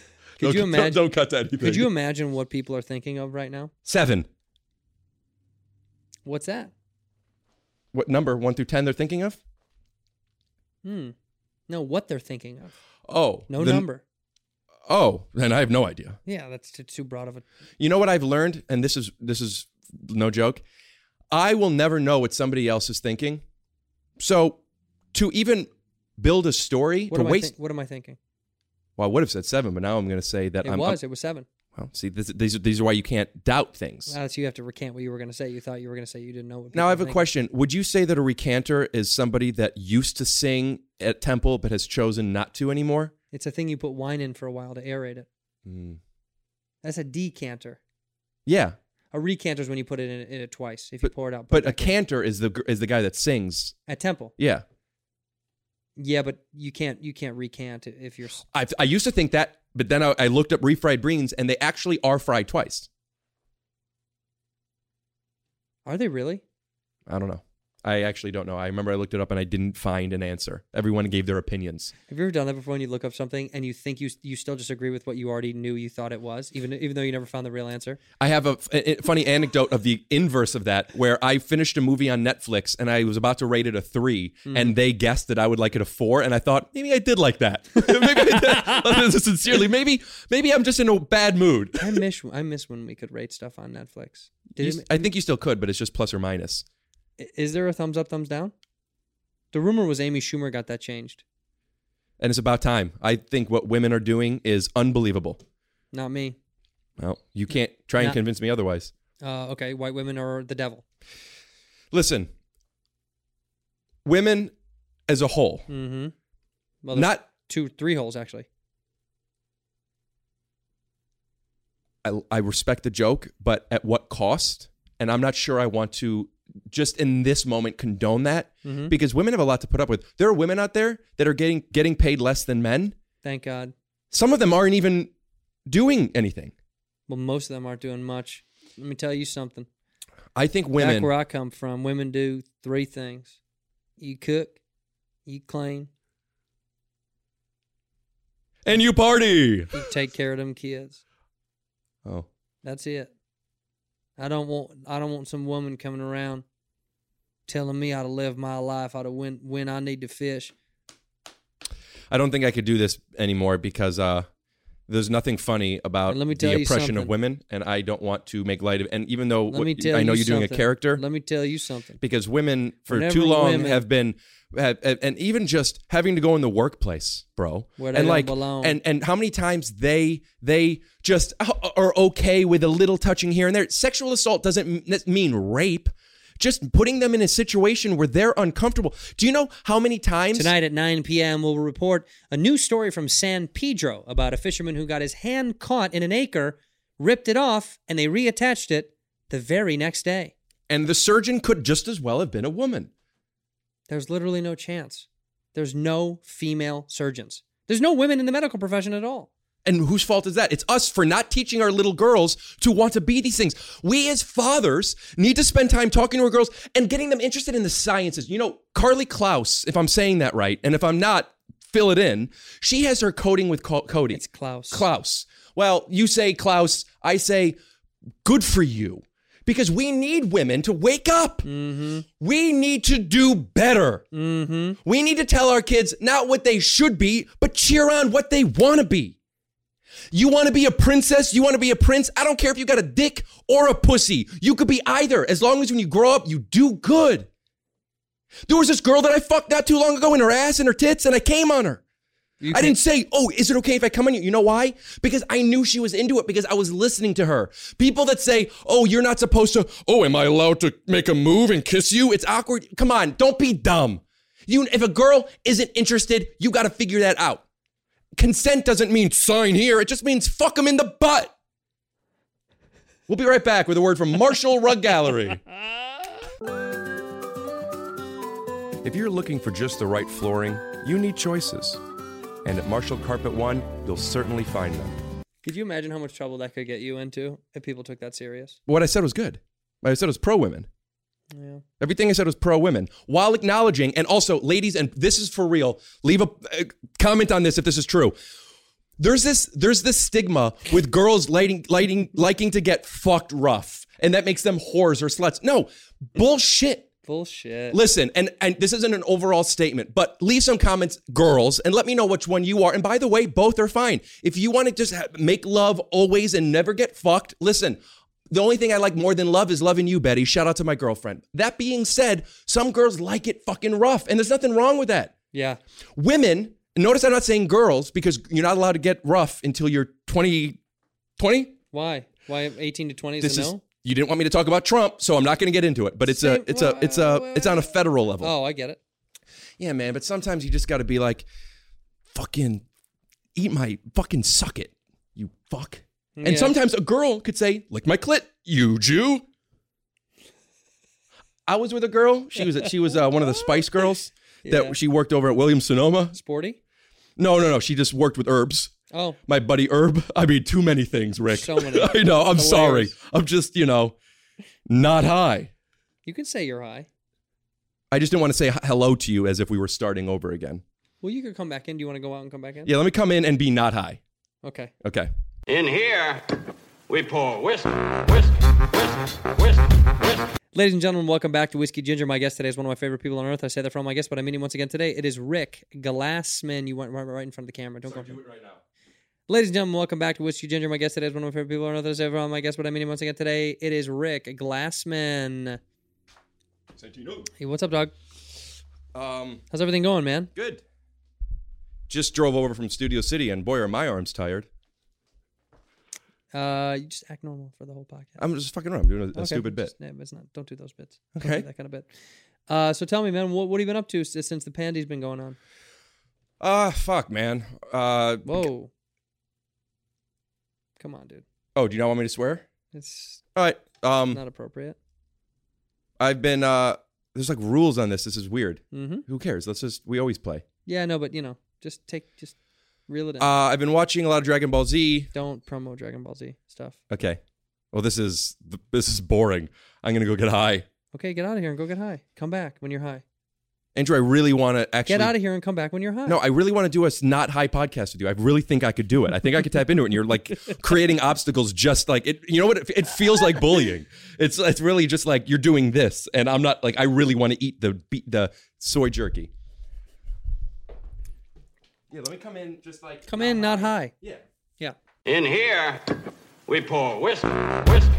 S1: you
S8: don't-
S1: imagine?
S8: don't cut to anything.
S1: Could you imagine what people are thinking of right now?
S8: Seven.
S1: What's that?
S8: What number? One through ten? They're thinking of?
S1: Hmm. No, what they're thinking of.
S8: Oh,
S1: No
S8: the-
S1: number.
S8: Oh, then I have no idea.
S1: Yeah, that's too, too broad of a.
S8: You know what I've learned, and this is this is no joke. I will never know what somebody else is thinking. So, to even build a story,
S1: What
S8: to
S1: am I?
S8: waste.
S1: Think, what am I thinking?
S8: well, I would have said seven, but now I'm going to say that
S1: It
S8: I'm.
S1: was.
S8: I'm-
S1: it was seven.
S8: well, see, this, these are these are why you can't doubt things.
S1: That's you have to recant what you were going to say. You thought you were going to say you didn't know what. people
S8: Now I have
S1: were
S8: a
S1: thinking.
S8: question. Would you say that a recanter is somebody that used to sing at temple but has chosen not to anymore?
S1: It's a thing you put wine in for a while to aerate it. Hmm. That's a decanter.
S8: Yeah,
S1: A recanter is when you put it in, in it twice. If you pour it out, put it
S8: but a
S1: back in.
S8: cantor is the gr- is the guy that sings.
S1: at temple.
S8: Yeah,
S1: Yeah, but you can't you can't recant it if you're. s-
S8: I I used to think that, but then I, I looked up refried beans and they actually are fried twice.
S1: Are they really?
S8: I don't know. I actually don't know. I remember I looked it up and I didn't find an answer. Everyone gave their opinions.
S1: Have you ever done that before? When you look up something and you think you s- you still disagree with what you already knew you thought it was, even even though you never found the real answer.
S8: I have a, a- a funny anecdote of the inverse of that, where I finished a movie on Netflix and I was about to rate it a three, and they guessed that I would like it a four, and I thought maybe I did like that. maybe I did. sincerely, maybe maybe I'm just in a bad mood.
S1: I miss I miss when we could rate stuff on Netflix.
S8: You
S1: Did
S8: s-
S1: it,
S8: I think you still could, but it's just plus or minus.
S1: i- is there a thumbs up, thumbs down? The rumor was Amy Schumer got that changed.
S8: And it's about time. I think what women are doing is unbelievable.
S1: Not me.
S8: Well, you can't try and
S1: Yeah.
S8: convince me otherwise.
S1: Uh, okay, white women are the devil.
S8: Listen, women as a whole,
S1: Mm-hmm. Well, there's
S8: not
S1: two, three holes actually.
S8: I, I respect the joke, but at what cost? And I'm not sure I want to just in this moment condone that
S1: Mhm.
S8: because women have a lot to put up with. There are women out there that are getting getting paid less than men.
S1: Thank God.
S8: Some of them aren't even doing anything.
S1: Well, most of them aren't doing much. Let me tell you something.
S8: I think women.
S1: Back where I come from, women do three things: you cook, you clean,
S8: and you party.
S1: you take care of them kids.
S8: Oh,
S1: That's it. I don't want I don't want some woman coming around telling me how to live my life, how to when when I need to fish.
S8: I don't think I could do this anymore because uh, there's nothing funny about
S1: And let me tell
S8: the
S1: you
S8: oppression of
S1: something.
S8: women, and I don't want to make light of. And even though
S1: Let
S8: what-
S1: me tell
S8: I know
S1: you
S8: are doing a
S1: something.
S8: character,
S1: Let me tell you something.
S8: because women for
S1: Whenever
S8: too long
S1: women-
S8: have been have, and even just having to go in the workplace bro
S1: Where they
S8: and
S1: don't
S8: like
S1: belong.
S8: and and how many times they they just uh, are okay with a little touching here and there sexual assault doesn't m- mean rape just putting them in a situation where they're uncomfortable do you know how many times
S1: Tonight at 9 p.m., we'll report a new story from San Pedro about a fisherman who got his hand caught in an anchor, ripped it off, and they reattached it the very next day.
S8: and the surgeon could just as well have been a woman
S1: There's literally no chance. There's no female surgeons. There's no women in the medical profession at all.
S8: And whose fault is that? It's us for not teaching our little girls to want to be these things. We as fathers need to spend time talking to our girls and getting them interested in the sciences. You know, Carly Klaus, if I'm saying that right, and if I'm not, fill it in. She has her coding with Co- Cody. It's
S1: Klaus.
S8: Klaus. Well, you say Klaus, I say good for you. Because we need women to wake up. We need to do better. We need to tell our kids not what they should be, but cheer on what they want to be. You want to be a princess? You want to be a prince? I don't care if you got a dick or a pussy. You could be either, as long as when you grow up, you do good. There was this girl that I fucked not too long ago in her ass and her tits, and I came on her. I didn't say, oh, is it okay if I come on you? You know why? Because I knew she was into it because I was listening to her. People that say, oh, you're not supposed to, oh, am I allowed to make a move and kiss you? It's awkward. Come on, don't be dumb. You, if a girl isn't interested, you got to figure that out. Consent doesn't mean sign here, it just means fuck them in the butt. We'll be right back with a word from Marshall Rug Gallery.
S11: If you're looking for just the right flooring, you need choices. And at Marshall Carpet One, you'll certainly find them.
S1: Could you imagine how much trouble that could get you into if people took that serious?
S8: What I said was good. What I said was pro women.
S1: Yeah.
S8: Everything I said was pro women, while acknowledging, and also, ladies, and this is for real. Leave a uh, comment on this if this is true. There's this there's this stigma with girls lighting, lighting, liking to get fucked rough, and that makes them whores or sluts. No, bullshit.
S1: Bullshit.
S8: Listen, and and this isn't an overall statement, but leave some comments, girls, and let me know which one you are. And by the way, both are fine. If you want to just ha- make love always and never get fucked, listen. The only thing I like more than love is loving you, Betty. Shout out to my girlfriend. That being said, some girls like it fucking rough, and there's nothing wrong with that.
S1: Yeah.
S8: Women, notice I'm not saying girls because you're not allowed to get rough until you're 20, 20?
S1: Why? Why 18 to 20 is
S8: This
S1: a
S8: is
S1: no?
S8: you didn't want me to talk about Trump, so I'm not going to get into it. But it's a, it's a, it's a, it's on a federal level.
S1: Oh, I get it.
S8: Yeah, man, but sometimes you just got to be like, fucking eat my fucking suck it, you fuck.
S1: Yeah.
S8: And sometimes a girl could say, lick my clit, you Jew. I was with a girl. She was she was uh, one of the Spice Girls that
S1: Yeah.
S8: she worked over at Williams Sonoma.
S1: Sporty?
S8: No, no, no. She just worked with herbs.
S1: Oh.
S8: My buddy Herb. I mean, too many things, Rick.
S1: So many.
S8: I know. I'm
S1: Hilarious.
S8: sorry. I'm just you know, not high.
S1: You can say you're high.
S8: I just didn't want to say h- hello to you as if we were starting over again.
S1: Well, you could come back in. Do you want to go out and come back in?
S8: Yeah, let me come in and be not high.
S1: Okay.
S8: Okay.
S2: In here, we pour whisk, whisk, whisk, whisk, whisk.
S1: Ladies and gentlemen, welcome back to Whiskey Ginger. My guest today is one of my favorite people on earth. I say that for all my guests, but I mean him once again today. It is Rick Glassman. You went right, right in front of the camera. Don't go. Do it right now. Ladies and gentlemen, welcome back to Whiskey Ginger. My guest today is one of my favorite people on earth. I say that for all my guests, but I mean him once again today. It is Rick Glassman. Hey, what's up, dog?
S8: Um,
S1: How's everything going, man?
S8: Good. Just drove over from Studio City, and boy, are my arms tired.
S1: Uh, you just act normal for the whole podcast.
S8: I'm just fucking around. I'm doing a, a
S1: Okay.
S8: Uh, stupid bit.
S1: Just- yeah, but it's not. Don't do those bits. Don't
S8: Okay.
S1: do that kind of bit. Uh, so tell me, man, what, what have you been up to s- since the pandy's been going on?
S8: Ah, fuck, man. Uh,
S1: Whoa. Come on, dude.
S8: Oh, do you not want me to swear?
S1: It's
S8: All right. Um,
S1: not appropriate.
S8: I've been. Uh, there's like rules on this. This is weird.
S1: Mhm.
S8: Who cares? Let's just. We always play.
S1: Yeah, no, but you know, just take, just reel it in.
S8: Uh, I've been watching a lot of Dragon Ball Z.
S1: Don't promo Dragon Ball Z stuff.
S8: Okay. Well, this is this is boring. I'm gonna go get high.
S1: Okay, get out of here and go get high. Come back when you're high.
S8: Andrew, I really want to actually
S1: Get out of here and come back when you're high.
S8: No, I really want to do a s- not high podcast with you. I really think I could do it. I think I could tap into it. And you're like creating obstacles, just like it. You know what? It, it feels like bullying. It's it's really just like you're doing this, and I'm not like I really want to eat the be- the soy jerky. Yeah, let me come in just like
S1: come in not high.
S8: Yeah.
S1: Yeah.
S2: In here, we pour whiskey, whiskey,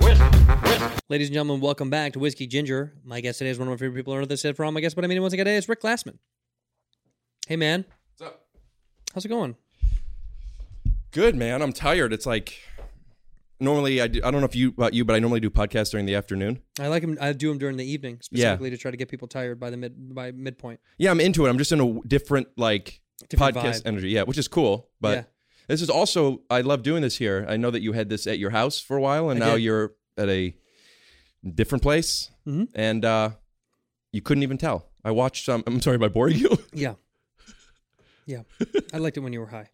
S2: whiskey, whiskey.
S1: Ladies and gentlemen, welcome back to Whiskey Ginger. My guest today is one of my favorite people on earth. This is from my guest, but I mean, once again, today is Rick Glassman. Hey, man.
S8: What's up?
S1: How's it going?
S8: Good man. I'm tired. It's like normally I do. I don't know if you about you, but I normally do podcasts during the afternoon.
S1: I like him. I do him during the evening specifically to try to get people tired by the mid by midpoint.
S8: Yeah, I'm into it. I'm just in a w- different like
S1: Different vibe.
S8: podcast energy. Yeah, which is cool. But
S1: Yeah.
S8: this is also I love doing this here. I know that you had this at your house for a while, and
S1: I
S8: now
S1: did.
S8: you're at a different place,
S1: Mhm.
S8: and uh, you couldn't even tell. I watched some. I'm sorry, am I boring you?
S1: Yeah. Yeah. I liked it when you were high.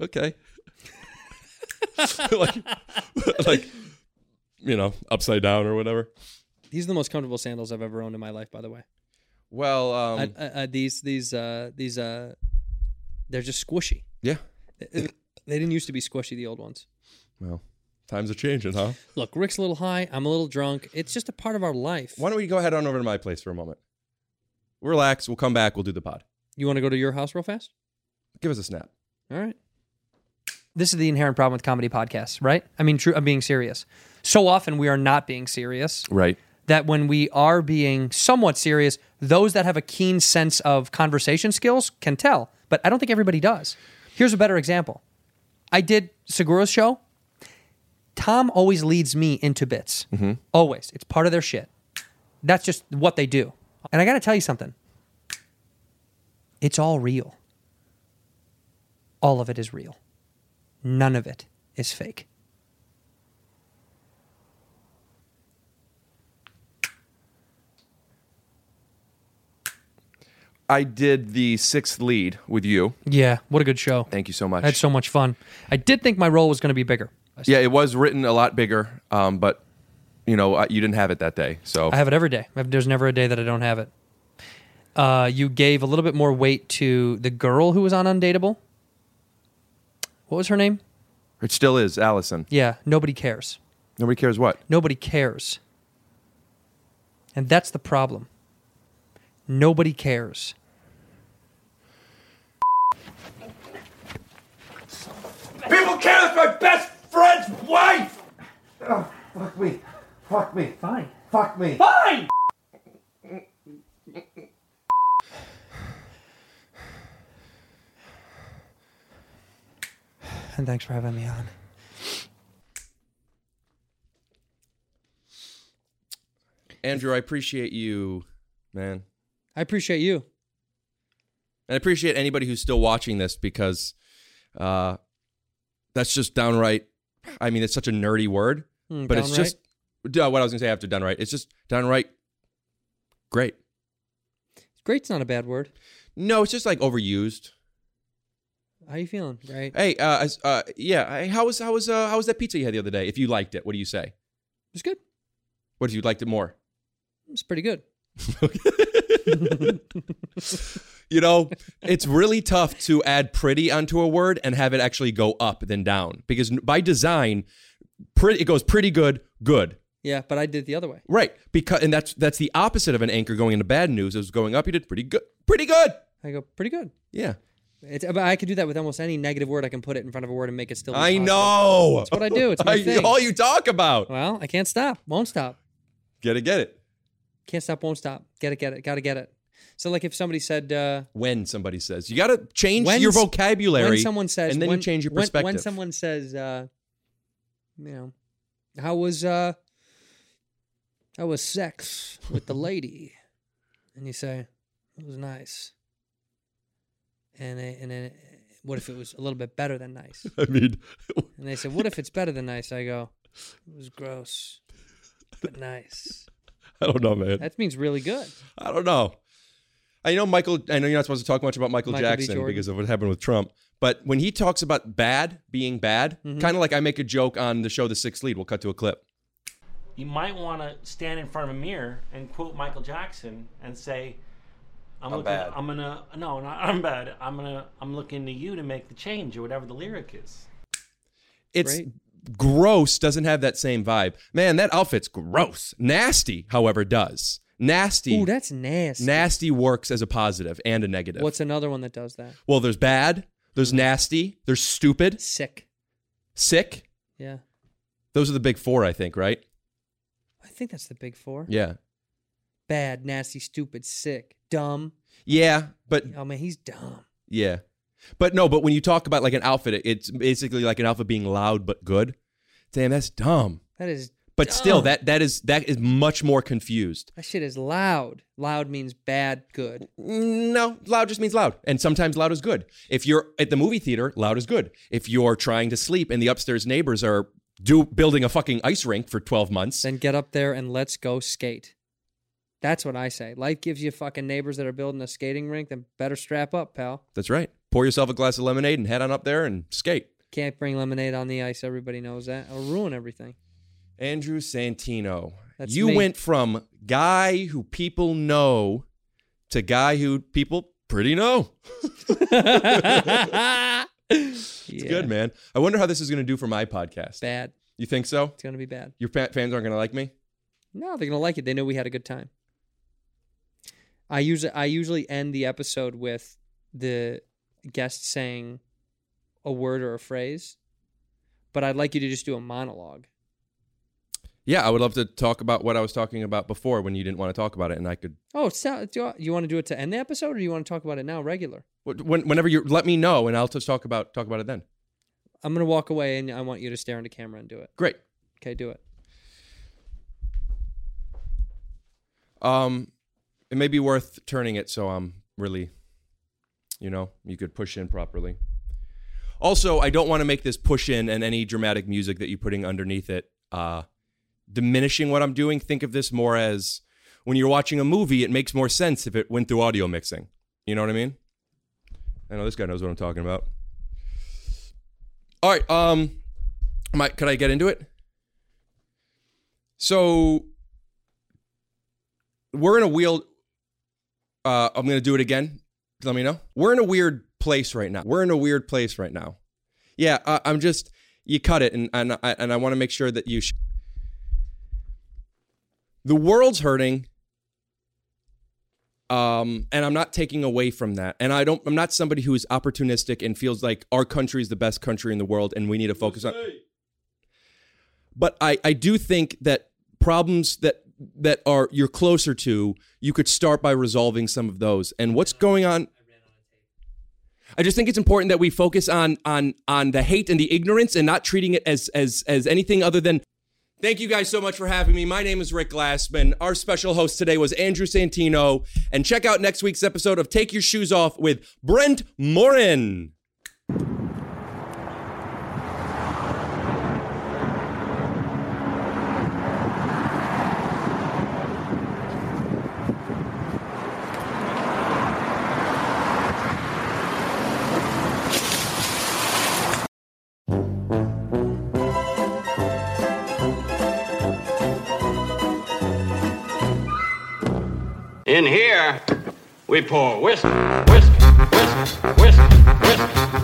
S8: okay. like, like, you know, upside down or whatever.
S1: These are the most comfortable sandals I've ever owned in my life, by the way.
S8: Well, um,
S1: I, I, I, these these uh these uh they're just squishy.
S8: yeah.
S1: they didn't used to be squishy the old ones.
S8: Well, times are changing, huh?
S1: Look, Rick's a little high. I'm a little drunk. It's just a part of our life.
S8: Why don't we go head on over to my place for a moment? Relax. We'll come back. We'll do the pod.
S1: You want to go to your house real fast?
S8: Give us a snap.
S1: All right. This is the inherent problem with comedy podcasts, right? I mean, true. I'm being serious. So often we are not being serious.
S8: Right.
S1: That when we are being somewhat serious, those that have a keen sense of conversation skills can tell. But I don't think everybody does. Here's a better example. I did Segura's show. Tom always leads me into bits.
S11: Mm-hmm.
S1: Always. It's part of their shit. That's just what they do. And I got to tell you something. It's all real. All of it is real. None of it is fake.
S11: I did the sixth lead with you.
S1: Yeah, what a good show.
S11: Thank you so much.
S1: I had so much fun. I did think my role was going to be bigger.
S11: yeah, it was written a lot bigger, um, but you know I- you didn't have it that day, so
S1: I have it every day. I've- There's never a day that I don't have it. Uh, you gave a little bit more weight to the girl who was on Undateable. What was her name?
S11: it still is Allison.
S1: Yeah, nobody cares.
S11: Nobody cares what.
S1: Nobody cares. And that's the problem. Nobody cares.
S6: People care that's my best friend's wife! Oh, fuck me. Fuck me. Fine. Fuck me. Fine!
S1: And thanks for having me on.
S8: Andrew, I appreciate you, man.
S1: I appreciate you.
S8: And I appreciate anybody who's still watching this because uh, that's just downright. I mean, it's such a nerdy word,
S1: Hmm,
S8: but it's just uh, what I was going to say after downright. It's just downright great.
S1: Great's not a bad word.
S8: No, it's just like overused.
S1: How you feeling, right?
S8: Hey, uh, as- uh, yeah. hey, How was how was uh, how was that pizza you had the other day? If you liked it, what do you say?
S1: It's good.
S8: What if you liked it more?
S1: It's pretty good.
S8: You know, it's really tough to add pretty onto a word and have it actually go up than down because by design, pretty it goes pretty good, good.
S1: Yeah, but I did it the other way.
S8: Right. Because and that's that's the opposite of an anchor going into bad news. It was going up, you did pretty good. Pretty good.
S1: I go pretty good.
S8: Yeah.
S1: It's, but I could do that with almost any negative word. I can put it in front of a word and make it still. be
S8: I
S1: positive.
S8: know.
S1: That's what I do. It's my
S8: I-
S1: thing.
S8: all you talk about.
S1: Well, I can't stop. Won't stop.
S8: Get it, get it.
S1: Can't stop. Won't stop. Get it. Get it. Gotta get it. So like if somebody said uh,
S8: When somebody says, you got to change
S1: when
S8: your
S1: s-
S8: vocabulary.
S1: when someone says,
S8: and then
S1: when-
S8: you change your
S1: when-
S8: perspective.
S1: When, someone says, uh, you know, how was uh, how was sex with the lady, and you say it was nice, and it- and then what if it was a little bit better than nice?
S8: I mean,
S1: And they said, "What if it's better than nice?" I go, "It was gross, but nice."
S8: I don't know, man.
S1: That means really good.
S8: I don't know. I know Michael. I know you're not supposed to talk much about Michael,
S1: Michael B.
S8: Jackson
S1: Jordan.
S8: because of what happened with Trump, But when he talks about bad being bad,
S1: Mm-hmm.
S8: kind of like I make a joke on the show The Sixth Lead, we'll cut to a clip.
S13: You might want to stand in front of a mirror and quote Michael Jackson and say, "I'm,
S8: I'm
S13: looking,
S8: bad.
S13: I'm gonna no, not I'm bad. I'm gonna I'm looking to you to make the change or whatever the lyric is."
S8: It's gross, doesn't have that same vibe. Man, that outfit's gross. Nasty, however, does. Nasty.
S1: Ooh, that's nasty.
S8: Nasty works as a positive and a negative.
S1: What's Mm-hmm. another one that does that?
S8: Well, there's bad, there's nasty, there's stupid,
S1: sick.
S8: Sick.
S1: Yeah.
S8: Those are the big four, I think, right?
S1: I think that's the big four.
S8: Yeah.
S1: Bad, nasty, stupid, sick, dumb.
S8: Yeah, but
S1: Oh man, he's dumb.
S8: yeah. But no, but when you talk about like an outfit, it- it's basically like an outfit being loud but good. Damn, that's dumb.
S1: That is
S8: But still,
S1: dumb.
S8: that that is that is much more confused.
S1: that shit is loud. Loud means bad, good.
S8: No, loud just means loud. And sometimes loud is good. If you're at the movie theater, loud is good. If you're trying to sleep and the upstairs neighbors are do building a fucking ice rink for 12 months,
S1: Then get up there and let's go skate. That's what I say. Life gives you fucking neighbors that are building a skating rink, then better strap up, pal.
S8: that's right. Pour yourself a glass of lemonade and head on up there and skate.
S1: Can't bring lemonade on the ice. Everybody knows that. It'll ruin everything.
S8: Andrew Santino.
S1: That's
S8: you
S1: me.
S8: went from guy who people know to guy who people pretty know. it's good, man. I wonder how this is going to do for my podcast.
S1: Bad.
S8: You think so?
S1: It's gonna be bad.
S8: Your fa- fans aren't going to like me?
S1: No, they're gonna like it. They know we had a good time. I usually I usually end the episode with the guest saying a word or a phrase, but I'd like you to just do a monologue.
S8: Yeah, I would love to talk about what I was talking about before when you didn't want to talk about it, and I could
S1: Oh, so, do you, you want to do it to end the episode, or you want to talk about it now, regular?
S8: wh- when, whenever you let me know, and I'll just talk about talk about it then.
S1: I'm gonna walk away, and I want you to stare into camera and do it.
S8: Great.
S1: Okay, do it.
S8: Um, it may be worth turning it so I'm really, you know, you could push in properly. Also, I don't want to make this push in and any dramatic music that you're putting underneath it uh, diminishing what I'm doing. Think of this more as when you're watching a movie, it makes more sense if it went through audio mixing. You know what I mean? I know this guy knows what I'm talking about. All right. Um, am I, could I get into it? So we're in a wheel. Uh, I'm gonna do it again. Let me know. We're in a weird place right now. We're in a weird place right now. Yeah, I, I'm just. You cut it, and and I, and I want to make sure that you. Sh- the world's hurting. Um, and I'm not taking away from that. And I don't. I'm not somebody who is opportunistic and feels like our country is the best country in the world, and we need to focus on but I, I do think that problems that that are you're closer to you could start by resolving some of those and what's going on I just think it's important that we focus on on on the hate and the ignorance and not treating it as as as anything other than Thank you guys so much for having me. My name is Rick Glassman. Our special host today was Andrew Santino. And check out next week's episode of Take Your Shoes Off with Brent Morin.
S2: In here, we pour whisk, whisk, whisk, whisk, whisk,